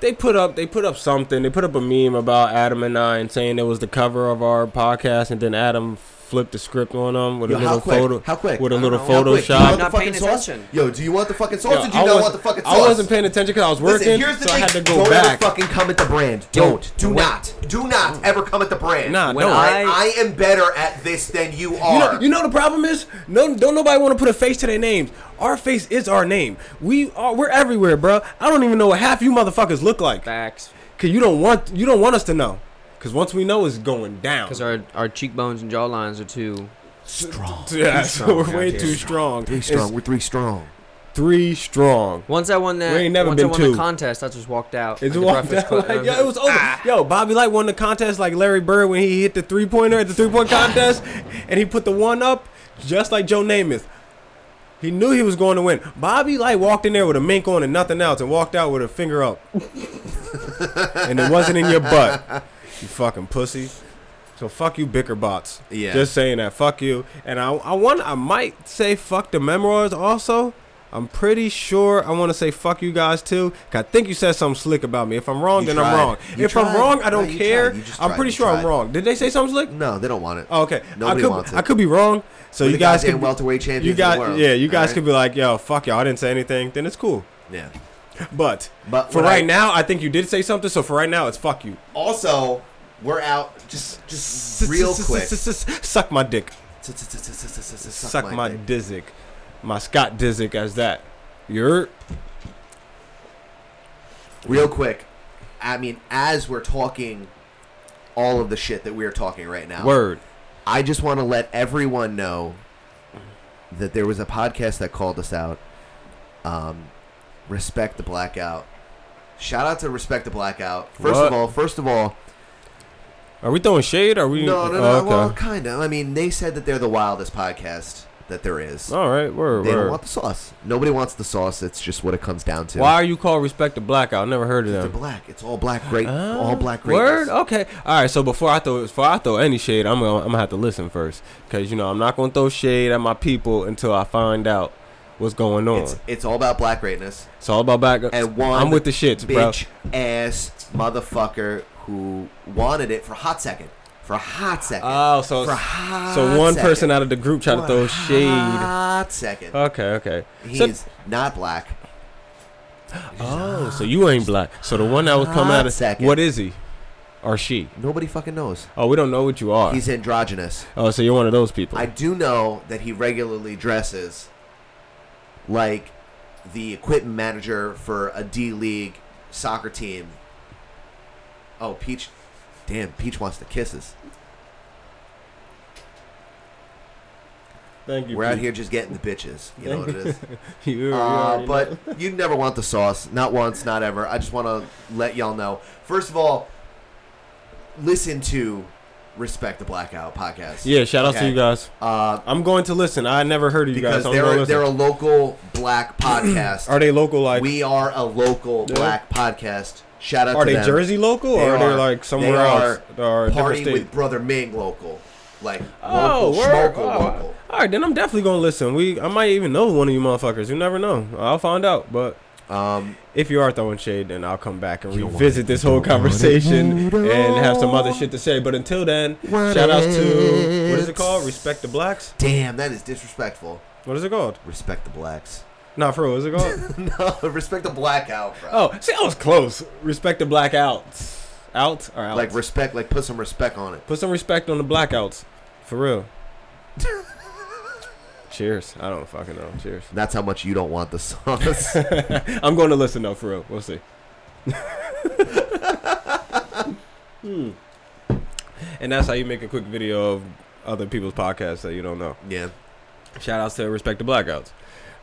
L: they put up they put up something. They put up a meme about Adam and I and saying it was the cover of our podcast, and then Adam flipped the script on them with
B: Yo,
L: a
B: how
L: little
B: quick?
L: photo.
B: How quick?
L: With a
B: I
L: little
B: don't know. How quick? Do you
L: Photoshop.
B: want the
D: Not paying
B: fucking sauce?
D: attention.
B: Yo, do you want the fucking sauce
L: Yo,
B: or do you
L: I
B: not want
L: wasn't-
B: the fucking
L: I
B: sauce?
L: wasn't paying attention because I was working,
B: Listen, here's the
L: so I
B: thing.
L: had to go
B: Don't
L: back. Mm.
B: ever fucking come at the brand. Don't. Do not. Do not ever come at the brand.
L: Nah,
B: When
L: don't.
B: I, I am better at this than you
L: You
B: are.
L: know, you know the problem is no, don't nobody want to put a face to their names. Our face is our name. We are we're everywhere, bro. I don't even know what half you motherfuckers look like.
D: Facts.
L: Cause you don't want you don't want us to know. Cause once we know, it's going down.
D: Because our, our cheekbones and jawlines are too.
B: strong.
L: Yeah,
B: Three
L: so we're
B: strong.
L: way
B: Goddamn.
L: too strong.
B: Three
L: It's
B: strong. We're three strong.
L: three strong.
D: Once I won that,
L: We ain't never
D: once
L: been
D: I won
L: two.
D: the contest, I just walked out.
L: It's
D: like the
L: walked
D: Breakfast
L: out
D: Club.
L: like, yo, it was over. Yo, Bobby Light won the contest like Larry Bird when he hit the three pointer at the three point contest, and he put the one up just like Joe Namath. He knew he was going to win. Bobby Light walked in there with a mink on and nothing else, and walked out with a finger up, and it wasn't in your butt. You fucking pussy. So fuck you, bicker bots.
B: Yeah.
L: Just saying that. Fuck you. And I, I want, I might say fuck the memoirs also. I'm pretty sure I want to say fuck you guys too. 'cause I think you said something slick about me. If I'm wrong,
B: You
L: then I'm
B: tried.
L: wrong.
B: You
L: if I'm
B: tried.
L: wrong, I
B: No,
L: don't
B: you
L: care.
B: tried. You just
L: I'm
B: tried.
L: pretty
B: You
L: sure I'm
B: tried.
L: wrong. Did they say something slick?
B: No, they don't want it.
L: Oh, okay.
B: Nobody
L: I could,
B: wants it.
L: I could be wrong. So
B: We're
L: you
B: the
L: guys
B: goddamn
L: could
B: welterweight champions
L: You
B: of the
L: guys,
B: world,
L: yeah, you guys
B: alright?
L: could be like, yo, fuck y'all, I didn't say anything. Then it's cool.
B: Yeah.
L: But,
B: But
L: for
B: what
L: right
B: I-
L: now, I think you did say something. So for right now, it's fuck you.
B: Also, we're out. Just, just real quick.
L: Suck my dick. Suck my dizzick. My Scott Dizzick as that. You're
B: real quick. I mean, as we're talking all of the shit that we are talking right now.
L: Word.
B: I just want to let everyone know that there was a podcast that called us out. Um, respect the blackout. Shout out to respect the blackout. First
L: What?
B: of all, first of all,
L: Are we throwing shade? Are we?
B: no, no, no.
L: Oh, okay.
B: Well, kind of. I mean, they said that they're the wildest podcast that there is.
L: All right, word,
B: They
L: Oh, word.
B: don't want the sauce. Nobody wants the sauce. It's just what it comes down to.
L: Why are you called Respect the Blackout? Never heard of them.
B: They're black. It's all black. Great. all black. Great.
L: Ah, Word. Okay. All right. So before I throw before I throw any shade, I'm gonna, I'm gonna have to listen first because you know I'm not gonna throw shade at my people until I find out what's going on.
B: It's,
L: It's,
B: it's all about black greatness.
L: all about back.
B: and one
L: I'm with the shits, bro.
B: bitch ass motherfucker who wanted it for a hot second. For a hot second.
L: Oh, so
B: for a hot
L: so one
B: second.
L: person out of the group tried to
B: For a
L: throw shade.
B: Hot second.
L: Okay. Okay. So-
B: He's not black.
L: oh, so you ain't black. So the one that was coming
B: Hot
L: out of
B: second.
L: what is he or she?
B: Nobody fucking knows.
L: Oh, we don't know what you are.
B: He's androgynous.
L: oh, so you're one of those people.
B: I do know that he regularly dresses like the equipment manager for a D League soccer team. Oh, Peach. Damn, Peach wants the kisses.
L: Thank you.
B: We're out
L: Pete.
B: here just getting the bitches. You know what it is.
L: You- you
B: Uh,
L: already know.
B: but you never want the sauce. Not once, not ever. I just want to let y'all know. First of all, listen to Respect the Blackout podcast.
L: Yeah, shout out to
B: Okay?
L: you guys.
B: Uh,
L: I'm going to listen. I never heard of you
B: Because
L: guys. so I'm gonna
B: they're,
L: listen.
B: they're a local black podcast.
L: Are they local? Like
B: we are a local
L: Yeah.
B: black podcast. Shout out
L: Are
B: to
L: they
B: them.
L: Jersey local, or are they, like, somewhere else?
B: They
L: Or
B: are
L: a different
B: party
L: state?
B: with Brother Ming local. Like
L: Oh,
B: local,
L: word.
B: schmocal
L: Oh,
B: local.
L: All right, then I'm definitely gonna listen. We I might even know one of you motherfuckers. You never know. I'll find out. But
B: um,
L: if you are throwing shade, then I'll come back and
B: You don't want
L: revisit
B: it.
L: this
B: You
L: whole
B: don't want it.
L: conversation
B: You
L: and have some other
B: don't
L: shit to say. But until then,
B: want
L: shout outs to
B: it.
L: what is it called? Respect the blacks.
B: Damn, that is disrespectful.
L: What is it called?
B: Respect the blacks.
L: Nah, for real, what is it called?
B: no, respect the blackout, bro.
L: oh, see, I was close. Respect the blackouts. Out or out?
B: Like respect, like put some respect on it.
L: Put some respect on the blackouts. For real. Cheers. I don't fucking know. Cheers.
B: That's how much you don't want the sauce.
L: I'm going to listen though, for real. We'll see. Hmm. And that's how you make a quick video of other people's podcasts that you don't know.
B: yeah.
L: Shout outs to Respect the Blackouts.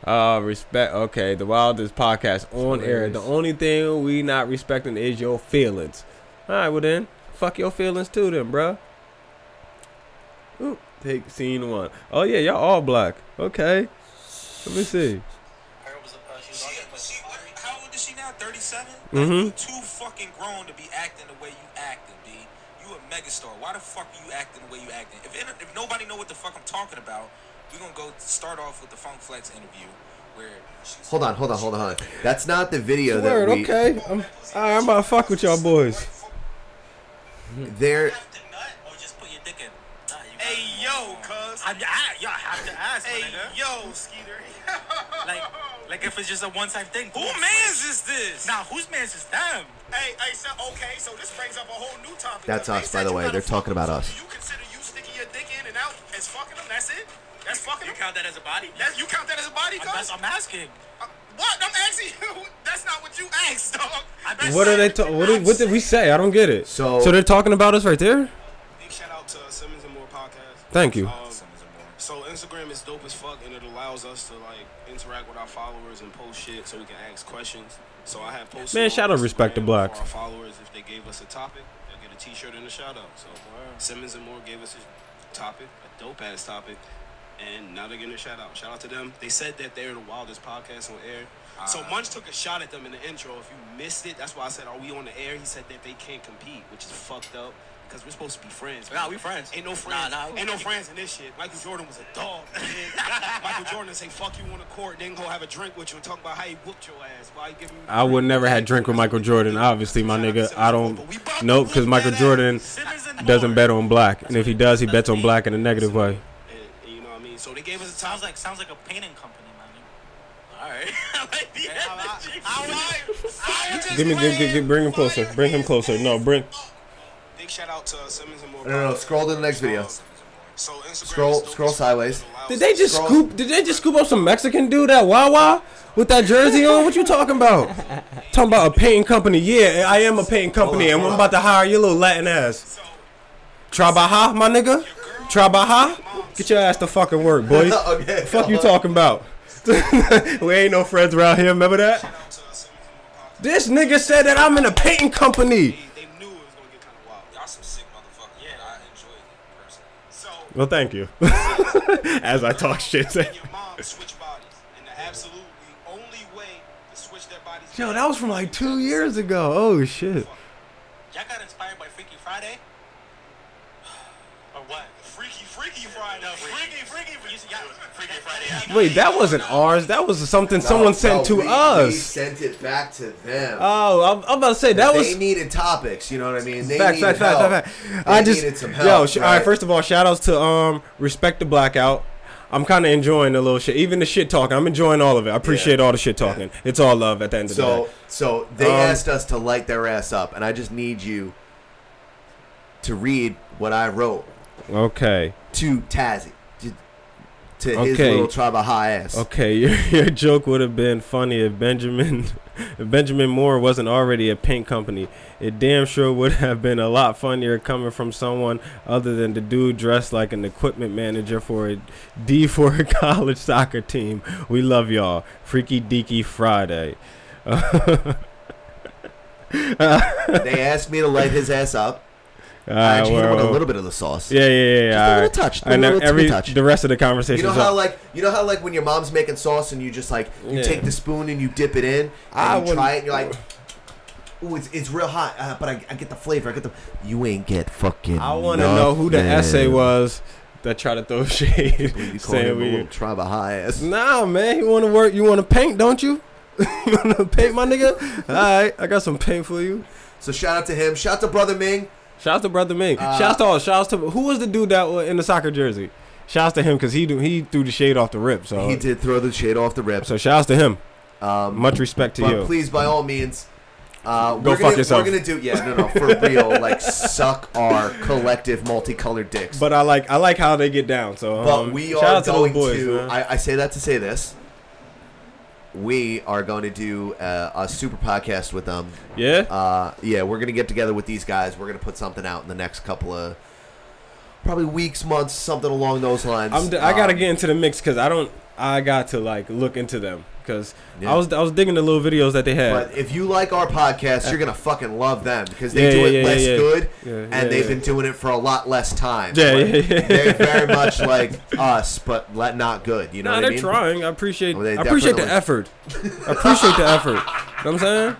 L: Uh, respect. Okay, the wildest podcast on air. The only thing we not respecting is your feelings. All right, well then, fuck your feelings too, then, bruh. Ooh, take scene one. Oh yeah, y'all all black. Okay, let me see.
R: How old is she now? 37?
L: Mhm.
R: You too fucking grown to be acting the way you acting, B. You a megastar. Why the fuck are you acting the way you acting? If, if nobody know what the fuck I'm talking about, we gonna go start off with the Funk Flex interview where she's
B: Hold on, hold on, hold on, hold on. That's not the video
L: Word,
B: that we.
L: okay. I'm, I'm about to fuck with y'all boys.
B: There.
R: Oh, Hey yo, cuz. I, I, y'all have to ask. Hey yo, Skeeter. like, like if it's just a one time thing. Who man's is this? Nah, whose man's is them? Hey, hey, so okay, so this brings up a whole new topic.
B: That's
R: If they
B: us,
R: said
B: by the
R: you
B: way.
R: got
B: They're
R: a
B: talking about us.
R: You consider you sticking your dick in and out as fucking them? That's it? That's fucking You count that as a body? That, you count that as a body, cuz? I'm asking. what? I'm asking you. That's not what you asked, dog.
L: What are they? Ta- what, did, what did we say? I don't get it.
B: So-
L: so they're talking about us right there.
C: Big shout out to Uh, Simmons and More podcast.
L: Thank you.
C: Um, so Instagram is dope as fuck, and it allows us to like interact with our followers and post shit, so we can ask questions. So I have posted.
L: Man,
C: on
L: shout out Respect the
C: Instagram
L: Blacks.
C: For our followers, if they gave us a topic, they'll get a T-shirt and a shout out. So Simmons and More gave us a topic, a dope ass topic, and now they're getting a shout out. Shout out to them. They said that they're the wildest podcast on air. So
R: Ah.
C: Munch took a shot at them in the intro. If you missed it, that's why I said, "Are we on the air?" He said that they can't compete, which is fucked up. because we're supposed to be friends.
R: Nah, we friends.
C: Ain't no friends.
R: Nah, nah, we-
C: Ain't no friends in this shit. Michael Jordan was a dog. man. Michael Jordan say fuck you on the court, then go have a drink with you and talk about how he whooped your ass. Why he giving you?
L: I would never had drink with Michael Jordan, obviously, my nigga. I don't. Nope, because Michael Jordan doesn't bet on black, and if he does, he bets on black in a negative way.
C: You know what I mean? So they gave us a time.
R: Sounds like sounds like a painting company, man. All right.
L: Give me, give, give, give- bring him closer. Bring him closer. No, bring.
C: Big shout out to uh, Simmons and Moore.
B: No, no, no. Scroll to the next video. Scroll, scroll sideways.
L: Did they just scoop? Did they just scoop up some Mexican dude at Wawa with that jersey on? What you talking about? talking about a painting company? Yeah, I am a painting company, and I'm about to hire your little Latin ass. Trabaja, my nigga. Trabaja. Get your ass to fucking work, boy.
B: Okay,
L: Fuck
B: go
L: you
B: on.
L: talking about? we ain't no friends around here. Remember that?
C: uh,
L: This nigga said that I'm in a painting company.
C: Y'all some sick motherfuckers. Yeah, I enjoy it personally. So
L: Well, thank you. As I talk shit.
C: mom switch bodies, and the absolute the only way to switch their bodies.
L: Yo, that was from like two years ago. Oh shit.
C: Y'all got inspired by Freaky Friday? or what? Freaky, Freaky Friday. freaky, freaky, freaky, freaky Friday.
L: Wait, that wasn't ours. That was something
B: No,
L: someone sent
B: no,
L: to
B: we- We
L: us.
B: sent it back to them.
L: Oh, I'm, I'm about to say that
B: they
L: was.
B: needed topics. You know what I mean? They
L: Fact,
B: needed
L: fact, fact,
B: help.
L: fact, fact.
B: They
L: I just
B: needed some
L: yo.
B: help.
L: Sh- All right, first of all, shout outs to um respect the blackout. I'm kind of enjoying the little shit, even the shit talking. I'm enjoying all of it. I appreciate all the shit talking. It's all love at the end of the
B: So,
L: day.
B: so they
L: Um,
B: asked us to light their ass up, and I just need you to read what I wrote
L: Okay.
B: to Tazzy, to, to his
L: Okay.
B: little tribe of high ass.
L: Okay, your, your joke would have been funny if Benjamin if Benjamin Moore wasn't already a paint company. It damn sure would have been a lot funnier coming from someone other than the dude dressed like an equipment manager for a D for a college soccer team. We love y'all. Freaky Deaky Friday.
B: they asked me to light his ass up. I actually hit him with a little bit of the sauce.
L: Ah, Yeah, yeah, yeah.
B: Just a
L: all
B: little
L: right.
B: touch,
L: I
B: a
L: know
B: little tippy
L: every
B: touch.
L: the rest of the conversation.
B: You know how like you know how like when your mom's making sauce and you just like you
L: Yeah.
B: take the spoon and you dip it in and
L: I
B: you try
L: wouldn't-
B: it and you're like, ooh, it's, it's real hot, uh, but I, I get the flavor. I get the you ain't get fucking.
L: I want to know who the
B: nothing.
L: essay was that tried to throw shade,
B: You call
L: saying
B: him a
L: we.
B: little tribe of high ass.
L: Nah, man, you want to work? You want to paint, don't you? you want to paint, my nigga? All right, I got some paint for you.
B: So shout out to him. Shout out to brother Ming.
L: Shout out to brother Ming.
B: Uh,
L: Shout out to all. Shout out to who was the dude that was in the soccer jersey? Shout out to him because he do, he threw the shade off the rip. So
B: He did throw the shade off the rip.
L: Uh, So shout outs to him.
B: Um,
L: Much respect to
B: but
L: you.
B: please, by all means, uh,
L: Go
B: we're
L: fuck
B: gonna,
L: yourself.
B: We're gonna do yeah, no, no, for real. Like suck our collective multicolored dicks.
L: But I like I like how they get down. So
B: But
L: um,
B: we
L: shout
B: are
L: out to
B: going
L: those
B: to.
L: boys. man.
B: I, I say that to say this. We are going to do a, a super podcast with them.
L: Yeah.
B: Uh, yeah, we're gonna get together with these guys. We're gonna put something out in the next couple of probably weeks, months, something along those lines.
L: I'm d- I gotta
B: Um,
L: get into the mix because I don't. I got to like look into them because
B: Yeah.
L: I was I was digging the little videos that they had.
B: But if you like our podcast, you're gonna fucking love them because they
L: Yeah,
B: do
L: yeah,
B: it
L: yeah,
B: less
L: yeah.
B: good,
L: Yeah,
B: and
L: yeah,
B: they've
L: yeah.
B: been doing it for a lot less time.
L: Yeah,
B: Like,
L: yeah, yeah.
B: They're very much like us, but let not good. You know,
L: nah,
B: what
L: they're
B: I mean?
L: trying. I appreciate.
B: Well, they
L: I appreciate the effort.
B: definitely-
L: I appreciate the effort. You know what I'm saying?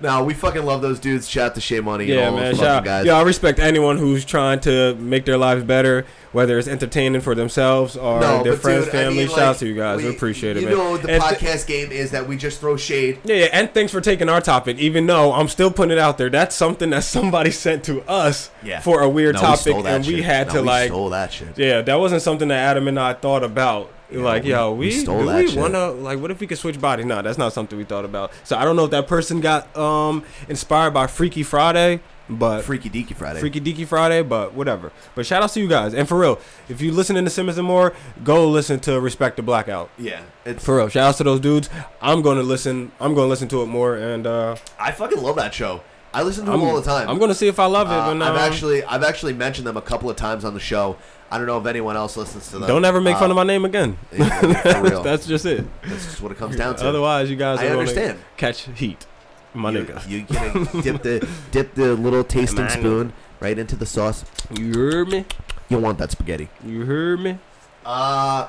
B: No, we fucking love those dudes. Shout out to Shea Money. and
L: Yeah,
B: all
L: man.
B: those
L: Shout
B: fucking
L: out.
B: guys.
L: Yeah, I respect anyone who's trying to make their lives better, whether it's entertaining for themselves or
B: No,
L: their
B: but
L: friends,
B: dude, I
L: family.
B: mean,
L: Shout out
B: like,
L: to you guys. We,
B: we-
L: appreciate it,
B: You
L: man.
B: know the
L: And th-
B: podcast game is that we just throw shade.
L: Yeah, yeah, and thanks for taking our topic. Even though I'm still putting it out there, that's something that somebody sent to us
B: Yeah.
L: for a weird
B: No, we
L: topic,
B: stole that
L: and we
B: shit.
L: had
B: No,
L: to
B: we
L: like
B: stole that shit.
L: Yeah, that wasn't something that Adam and I thought about. like,
B: we-
L: yo,
B: we
L: we,
B: stole
L: do
B: that
L: we
B: shit.
L: want to like, what if we could switch bodies? No, that's not something we thought about. So I don't know if that person got um inspired by Freaky Friday, but
B: Freaky Deaky Friday.
L: Freaky Deaky Friday, but whatever. But shout outs to you guys. And for real, if you listening to Simmons and More, go listen to Respect the Blackout.
B: Yeah, it's-
L: for real. Shout outs to those dudes. I'm gonna listen. I'm gonna listen to it more. And uh,
B: I fucking love that show. I listen to them
L: I'm-
B: all the time.
L: I'm gonna see if I love it,
B: Uh,
L: but,
B: I've
L: um,
B: actually I've actually mentioned them a couple of times on the show. I don't know if anyone else listens to them.
L: don't ever make
B: Uh,
L: fun of my name again.
B: for real.
L: That's just it.
B: That's just what it comes down to.
L: Otherwise, you guys
B: I
L: are gonna
B: understand.
L: catch heat, my
B: you,
L: nigga.
B: You gonna dip the dip the little tasting
L: Man.
B: spoon right into the sauce.
L: You heard me.
B: You want that spaghetti?
L: You heard me.
B: Uh,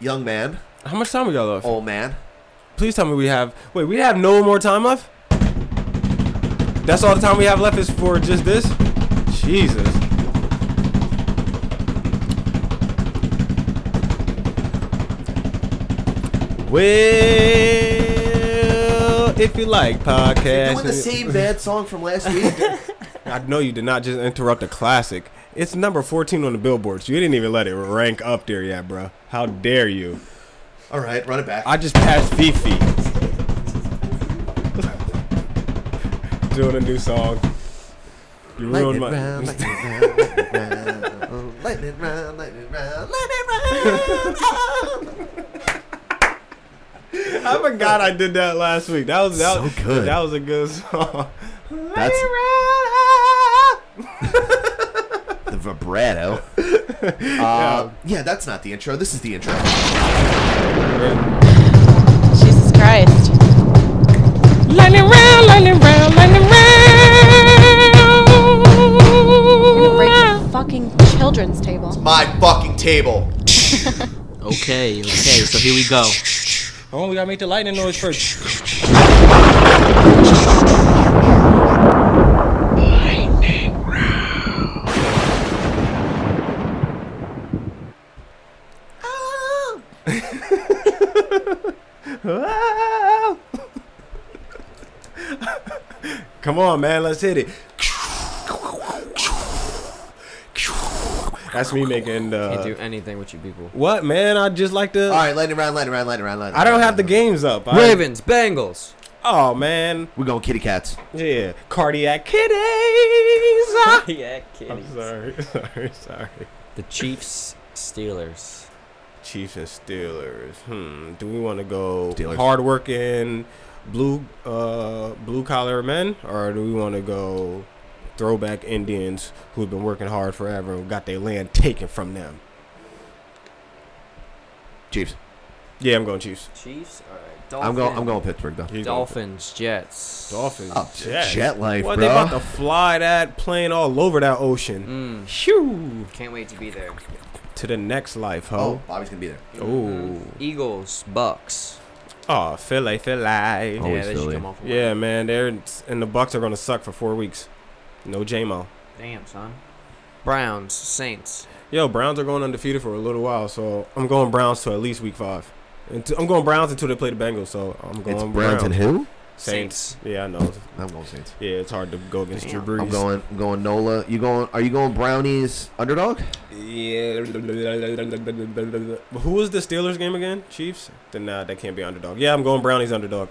B: young man,
L: How much time we got left?
B: old man.
L: Please tell me we have. Wait, we have no more time left. That's all the time we have left is for just this. Jesus. Well, if you like podcasts,
B: Doing the same bad song from last week.
L: I know you did not just interrupt a classic. It's number 14 on the billboards. You didn't even let it rank up there yet, bro. How dare you?
B: All right, run it back.
L: I just passed Fifi. Doing a new song. You ruined my.
B: lightning round, lightning round, lightning round.
L: I forgot I did that last week. That was that,
B: So good.
L: That was a good song.
B: That's the vibrato. Um, yeah. that's not the intro. This is the intro.
J: Jesus Christ. Lightning round, lightning round, lightning round. You're gonna break the fucking children's table.
B: My fucking table.
P: Okay, okay, so here we go.
L: Oh, we gotta make the lightning noise first. Come on, man, let's hit it. That's me making the.
D: Can't do anything with you people.
L: What man? I just like to.
B: All right, lightning round, lightning round, lightning round, lightning.
L: I don't
B: round.
L: have the games up. I-
D: Ravens, Bengals.
L: Oh man.
B: We're going kitty cats.
L: Yeah. Cardiac kitties.
D: Yeah,
L: I'm sorry. Sorry. Sorry.
D: The Chiefs, Steelers.
L: Chiefs and Steelers. Hmm. Do we want to go
B: Steelers.
L: hardworking, blue, uh, blue collar men, or do we want to go throwback Indians who've been working hard forever and got their land taken from them?
B: Chiefs.
L: Yeah, I'm going Chiefs.
D: Chiefs. All right.
B: I'm going. I'm going Pittsburgh though.
L: He's going
D: Dolphins, Jets.
L: Dolphins.
B: Oh,
L: Jets.
B: jet life,
L: What
B: bro.
L: they about to fly that plane all over that ocean Shoo.
D: Can't wait to be there.
L: to the next life,
B: Oh,
L: ho.
B: Bobby's gonna be there.
L: Oh.
D: Eagles, Bucks.
L: Oh, Philly, Philly.
D: yeah,
B: Always
D: they should
B: Philly.
D: come off. a win.
L: Yeah, man. They're and the Bucks are gonna suck for four weeks. No J-Mo.
D: Damn, son. Browns, Saints.
L: Yo, Browns are going undefeated for a little while, so I'm going Browns to at least week five. Until- I'm going Browns until they play the Bengals, so I'm going
B: It's Browns and who?
L: Saints.
D: Saints.
L: Yeah, I know.
B: I'm going Saints.
L: Yeah, it's hard to go against
D: Damn.
L: Drew Brees.
B: I'm going. I'm going Nola. You going? Are you going Brownies underdog?
L: Yeah. Who was the Steelers game again? Chiefs? Then nah, that can't be underdog. Yeah, I'm going Brownies underdog.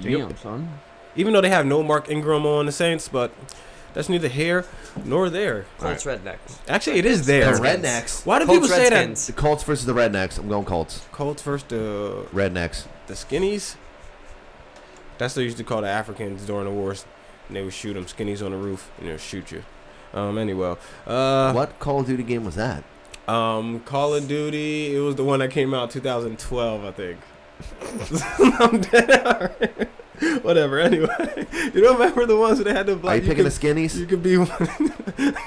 D: Damn, son.
L: Even though they have no Mark Ingram on the Saints, but that's neither here nor there.
D: Colts, Rednecks.
L: Actually, it is there.
B: The Rednecks.
L: Why do
D: Colts,
L: people say
D: Redskins.
B: The Colts versus the Rednecks. I'm going Colts.
L: that? Colts versus the
B: Rednecks.
L: the skinnies. That's what they used to call the Africans during the wars. And they would shoot them skinnies on the roof and they'll shoot you. Um. Anyway, uh,
B: what Call of Duty game was that?
L: um, Call of Duty. It was the one that came out 2012, I think. I'm dead. alright. Whatever. Anyway, you don't remember the ones where they had the
B: Are
L: black?
B: you picking
L: could,
B: the skinnies?
L: You could be one.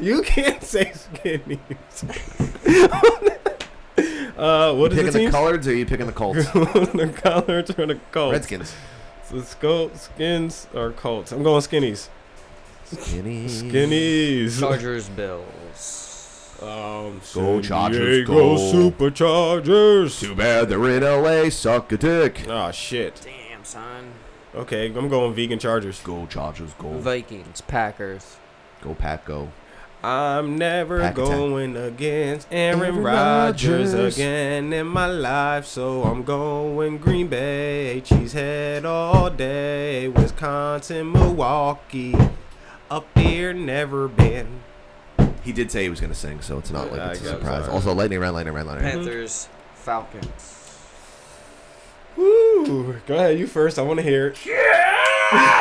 L: you can't say skinnies. uh, what
B: you picking
L: is the
B: the
L: team?
B: coloreds or are you picking the Colts?
L: the Collards or the Colts?
B: Redskins.
L: So skull, skins or Colts? I'm going skinnies.
B: Skinny.
L: Skinnies.
D: Chargers, Bills.
L: Um,
B: Go
L: San
B: Chargers, go.
L: Diego Superchargers.
B: Too bad they're in LA. Suck a dick.
L: Ah, shit.
D: Damn, son.
L: Okay, I'm going vegan Chargers.
B: Go Chargers, go.
D: Vikings, Packers.
B: Go Pack, go.
L: I'm never
B: Pack attack.
L: going against Aaron
B: Aaron
L: Rodgers
B: Rodgers.
L: again in my life, so I'm going Green Bay, Cheesehead all day, Wisconsin, Milwaukee. Up here, never been.
B: He did say he was gonna sing, so it's not like
L: Yeah,
B: it's
L: I
B: a
L: guess, uh,
B: surprise.
L: alright.
B: Also, lightning round, lightning round, lightning round.
D: Panthers, Falcons.
L: Woo! Go ahead, you first. I want to hear it.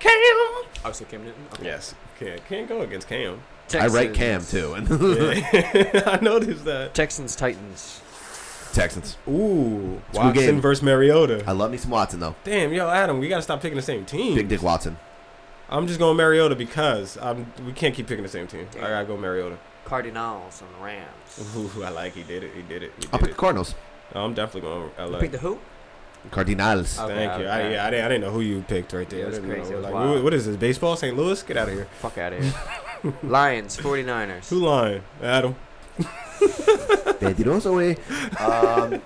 L: Cam.
D: Oh, so Cam Newton. Okay.
L: Yes. Can't can't go against Cam.
B: I write Cam too. And
L: I noticed that.
D: Texans, Titans.
B: Texans.
L: Ooh,
B: It's a good
L: Watson
B: game.
L: versus Mariota.
B: I love me some Watson though.
L: Damn, yo, Adam, we gotta stop picking the same
B: Big
L: team.
B: Dick Watson.
L: I'm just going Mariota because I'm, we can't keep picking the same team. I
D: Damn.
L: gotta go Mariota.
D: Cardinals and the Rams.
L: Ooh, I like he did it. He did it. He
B: I'll
L: did
B: pick the
L: it.
B: Cardinals.
L: I'm definitely going. I
D: Pick
L: like
D: the who?
B: Cardinals.
L: Thank you. I, yeah, I didn't, I didn't know who you picked right there.
D: Yeah, it
L: I
D: was
L: didn't
D: crazy.
L: know.
D: It was
L: Like,
D: wild.
L: wh- what is this? Baseball? St. Louis? Get out of here.
D: Fuck out of here. Lions, 49ers.
L: Who lying? Adam.
B: Bandidos away. Um,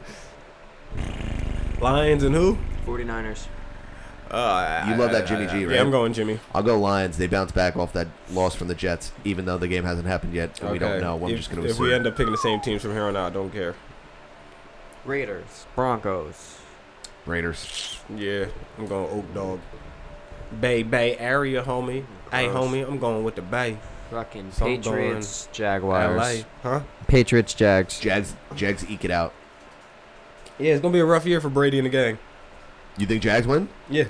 L: Lions and who?
D: 49ers.
L: Uh,
B: You love that Jimmy G, right?
L: Yeah, I'm going Jimmy.
B: I'll go Lions. They bounce back off that loss from the Jets, even though the game hasn't happened yet. And We don't
L: Okay.
B: know. I'm
L: if,
B: just going to
L: If we
B: assume.
L: end up picking the same teams from here on out, I don't care.
D: Raiders, Broncos.
B: Raiders.
L: Yeah, I'm going Oak Dog. Bay Bay area, homie. Hey,
D: Gross.
L: homie, I'm going with the Bay.
D: Fucking
L: So I'm going
D: Patriots, Jaguars.
L: LA, huh?
D: Patriots, Jags.
B: Jags, Jags eke it out.
L: Yeah, it's gonna be a rough year for Brady and the gang.
B: You think Jags win?
L: Yeah.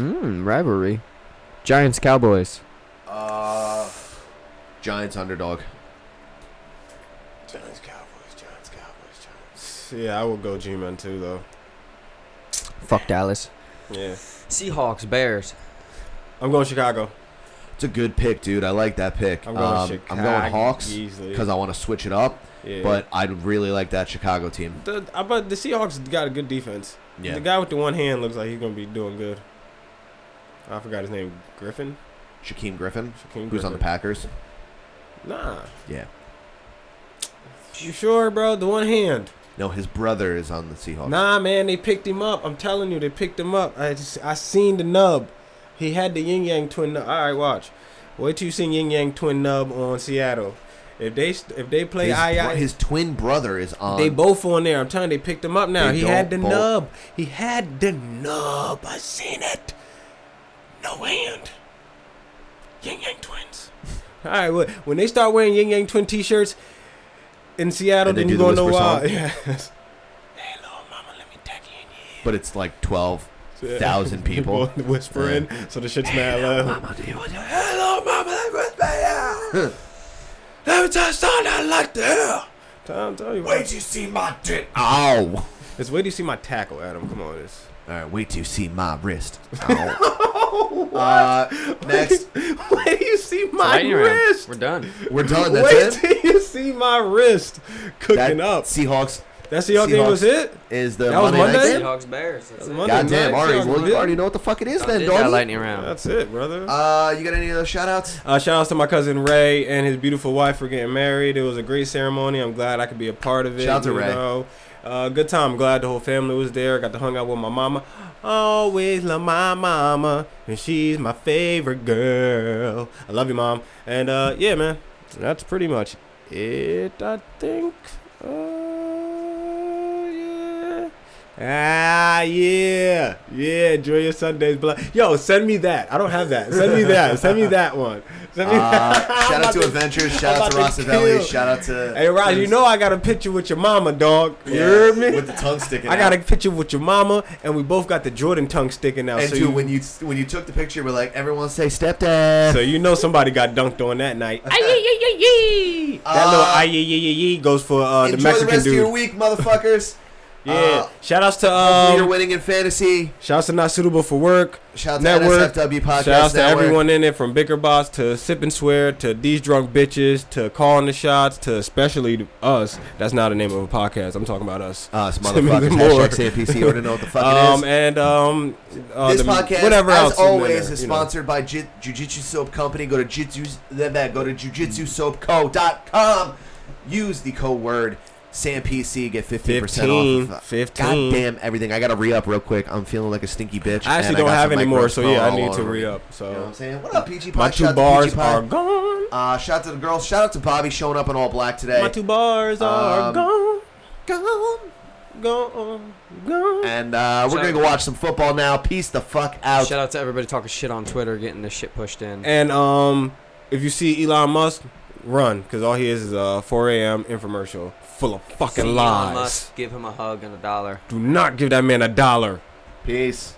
D: Mm, rivalry. Giants, Cowboys.
B: Uh, Giants underdog.
L: Giants, Cowboys, Giants, Cowboys, Giants. Yeah, I will go G-Man too, though.
D: Fuck Dallas.
L: Yeah,
D: Seahawks, Bears.
L: I'm going Chicago.
B: It's a good pick, dude. I like that pick.
L: I'm going
B: Um, I'm going
L: Chicago
B: Hawks
L: easily.
B: because I want to switch it up.
L: Yeah.
B: But I really like that Chicago team.
L: The, I bet the Seahawks got a good defense.
B: Yeah.
L: The guy with the one hand looks like he's gonna be doing good. I forgot his name. Griffin.
B: Shaquem Griffin,
L: Shaquem
B: who's on the
L: Griffin.
B: Packers.
L: Nah.
B: Yeah.
L: You sure, bro? The one hand.
B: No, his brother is on the Seahawks.
L: Nah, man, they picked him up. I'm telling you, they picked him up. I just, I seen the nub. He had the yin yang twin. Nub. All right, watch. Wait till you see yin yang twin nub on Seattle. If they st- if they play
B: his,
L: I
B: bro-
L: I
B: his twin brother is on.
L: they both on there. I'm telling you, they picked him up now.
B: They
L: he had the
B: don't both-
L: nub. He had the nub. I seen it. No hand. Yin yang twins. All right, well, when they start wearing yin yang twin T-shirts in Seattle,
B: And they
L: then
B: do
L: you
B: the
L: gonna know
B: whisper
L: why.
B: song?
L: Yes.
B: but it's like twelve thousand people.
L: whispering, so the shit's mad loud. Mama, do you want Hello, oh, mama, that was bad. Every time I like to hell. Tom, tell you Wait,
B: you see my dick? Ow!
L: It's wait till you see my tackle, Adam. Come on, it's.
B: All right, wait till you see my wrist. Ow.
L: Oh,
B: uh, next,
L: Wait till you see my
D: lightning round.
L: wrist.
D: We're done.
B: we're done. That's
L: Wait
B: it.
L: till you see my wrist cooking
B: That
L: up.
B: Seahawks.
L: That Seahawks game was it?
B: Is the
L: That was
B: Monday night
L: Monday?
B: game?
D: Seahawks, Bears. That's it.
L: Monday
B: Goddamn,
L: night,
B: Ari,
L: Seahawks
B: well,
L: did.
B: you already know what the fuck it is
D: I
B: then,
D: did that
B: dog.
D: lightning round.
L: That's it, brother.
B: Uh, you got any other shout outs?
L: Uh, shout outs to my cousin Ray and his beautiful wife for getting married. It was a great ceremony. I'm glad I could be a part of it.
B: Shout out to
L: you
B: Ray.
L: know. Uh, good time. I'm glad the whole family was there. Got to hung out with my mama. Always love my mama, and she's my favorite girl. I love you, mom. And uh, yeah, man, that's pretty much it. I think. Uh, yeah. Ah, yeah, yeah. Enjoy your Sundays, blood. Yo, send me that. I don't have that. Send me that. send me that one. Send me
B: Uh, shout out to
L: I'm about
B: Adventures.
L: I'm
B: Shout out to
L: about to
B: Rossavelli.
L: kill.
B: Shout out to.
L: Hey, Raj, you know I got a picture with your mama, dog. You heard me?
B: With the tongue sticking.
L: I got a
B: out.
L: picture with your mama, and we both got the Jordan tongue sticking out.
B: And
L: so,
B: dude,
L: you,
B: when you when you took the picture, we're like, everyone say stepdad.
L: so uh, you know somebody got dunked on that night. Ay, yee, yee, yee, yee. That
B: Uh,
L: little ay, yee, yee, yee, yee goes for uh, the
B: Enjoy
L: Mexican
B: the rest
L: dude.
B: of your week, motherfuckers.
L: yeah.
B: Uh,
L: shout outs to
B: hopefully you're
L: um,
B: winning in fantasy.
L: shout outs to not suitable for work.
B: Shout out to
L: Network.
B: NSFW Podcast
L: Shout outs to
B: Network.
L: everyone in it from Bicker Boss to Sip and Swear to These Drunk Bitches to Calling the Shots to especially us. That's not the name of a podcast. I'm talking about us.
B: Us
L: Send me the
B: motherfuckers.
L: more.
B: Hashtag CNPC. You already know what the fuck it
L: Um,
B: is.
L: and um, uh,
B: this
L: the-
B: podcast,
L: whatever else
B: as
L: is in
B: always,
L: there,
B: is
L: you know.
B: sponsored by Jiu Jitsu Soap Company. Go to jitsu then that go to jujitsusoapco.com. Use the code word SamPC. Get fifteen percent
L: 15,
B: off.
L: 15.
B: Goddamn everything. I gotta re up real quick. I'm feeling like a stinky bitch.
L: I actually
B: and
L: don't
B: got
L: have
B: some
L: any more, so yeah,
B: microphone
L: I need
B: all
L: to
B: over me.
L: re up. So
B: You know what I'm saying? What up, PG Pod?
L: my two
B: Shout out to
L: bars
B: PG
L: are
B: Pod.
L: gone.
B: Uh, shout out to the girls. Shout out to Bobby showing up in all black today.
L: My two bars are
B: Um,
L: gone,
B: Gone.
L: gone, gone.
B: And uh, we're
D: Shout
B: gonna
D: out-
B: go watch some football now. Peace the fuck out.
D: Shout out to everybody talking shit on Twitter, getting this shit pushed in.
L: And um, if you see Elon Musk, run, cause all he is is a 4 a.m. infomercial full of fucking
D: See Elon
L: lies.
D: Musk, give him a hug and a dollar.
L: Do not give that man a dollar.
B: Peace.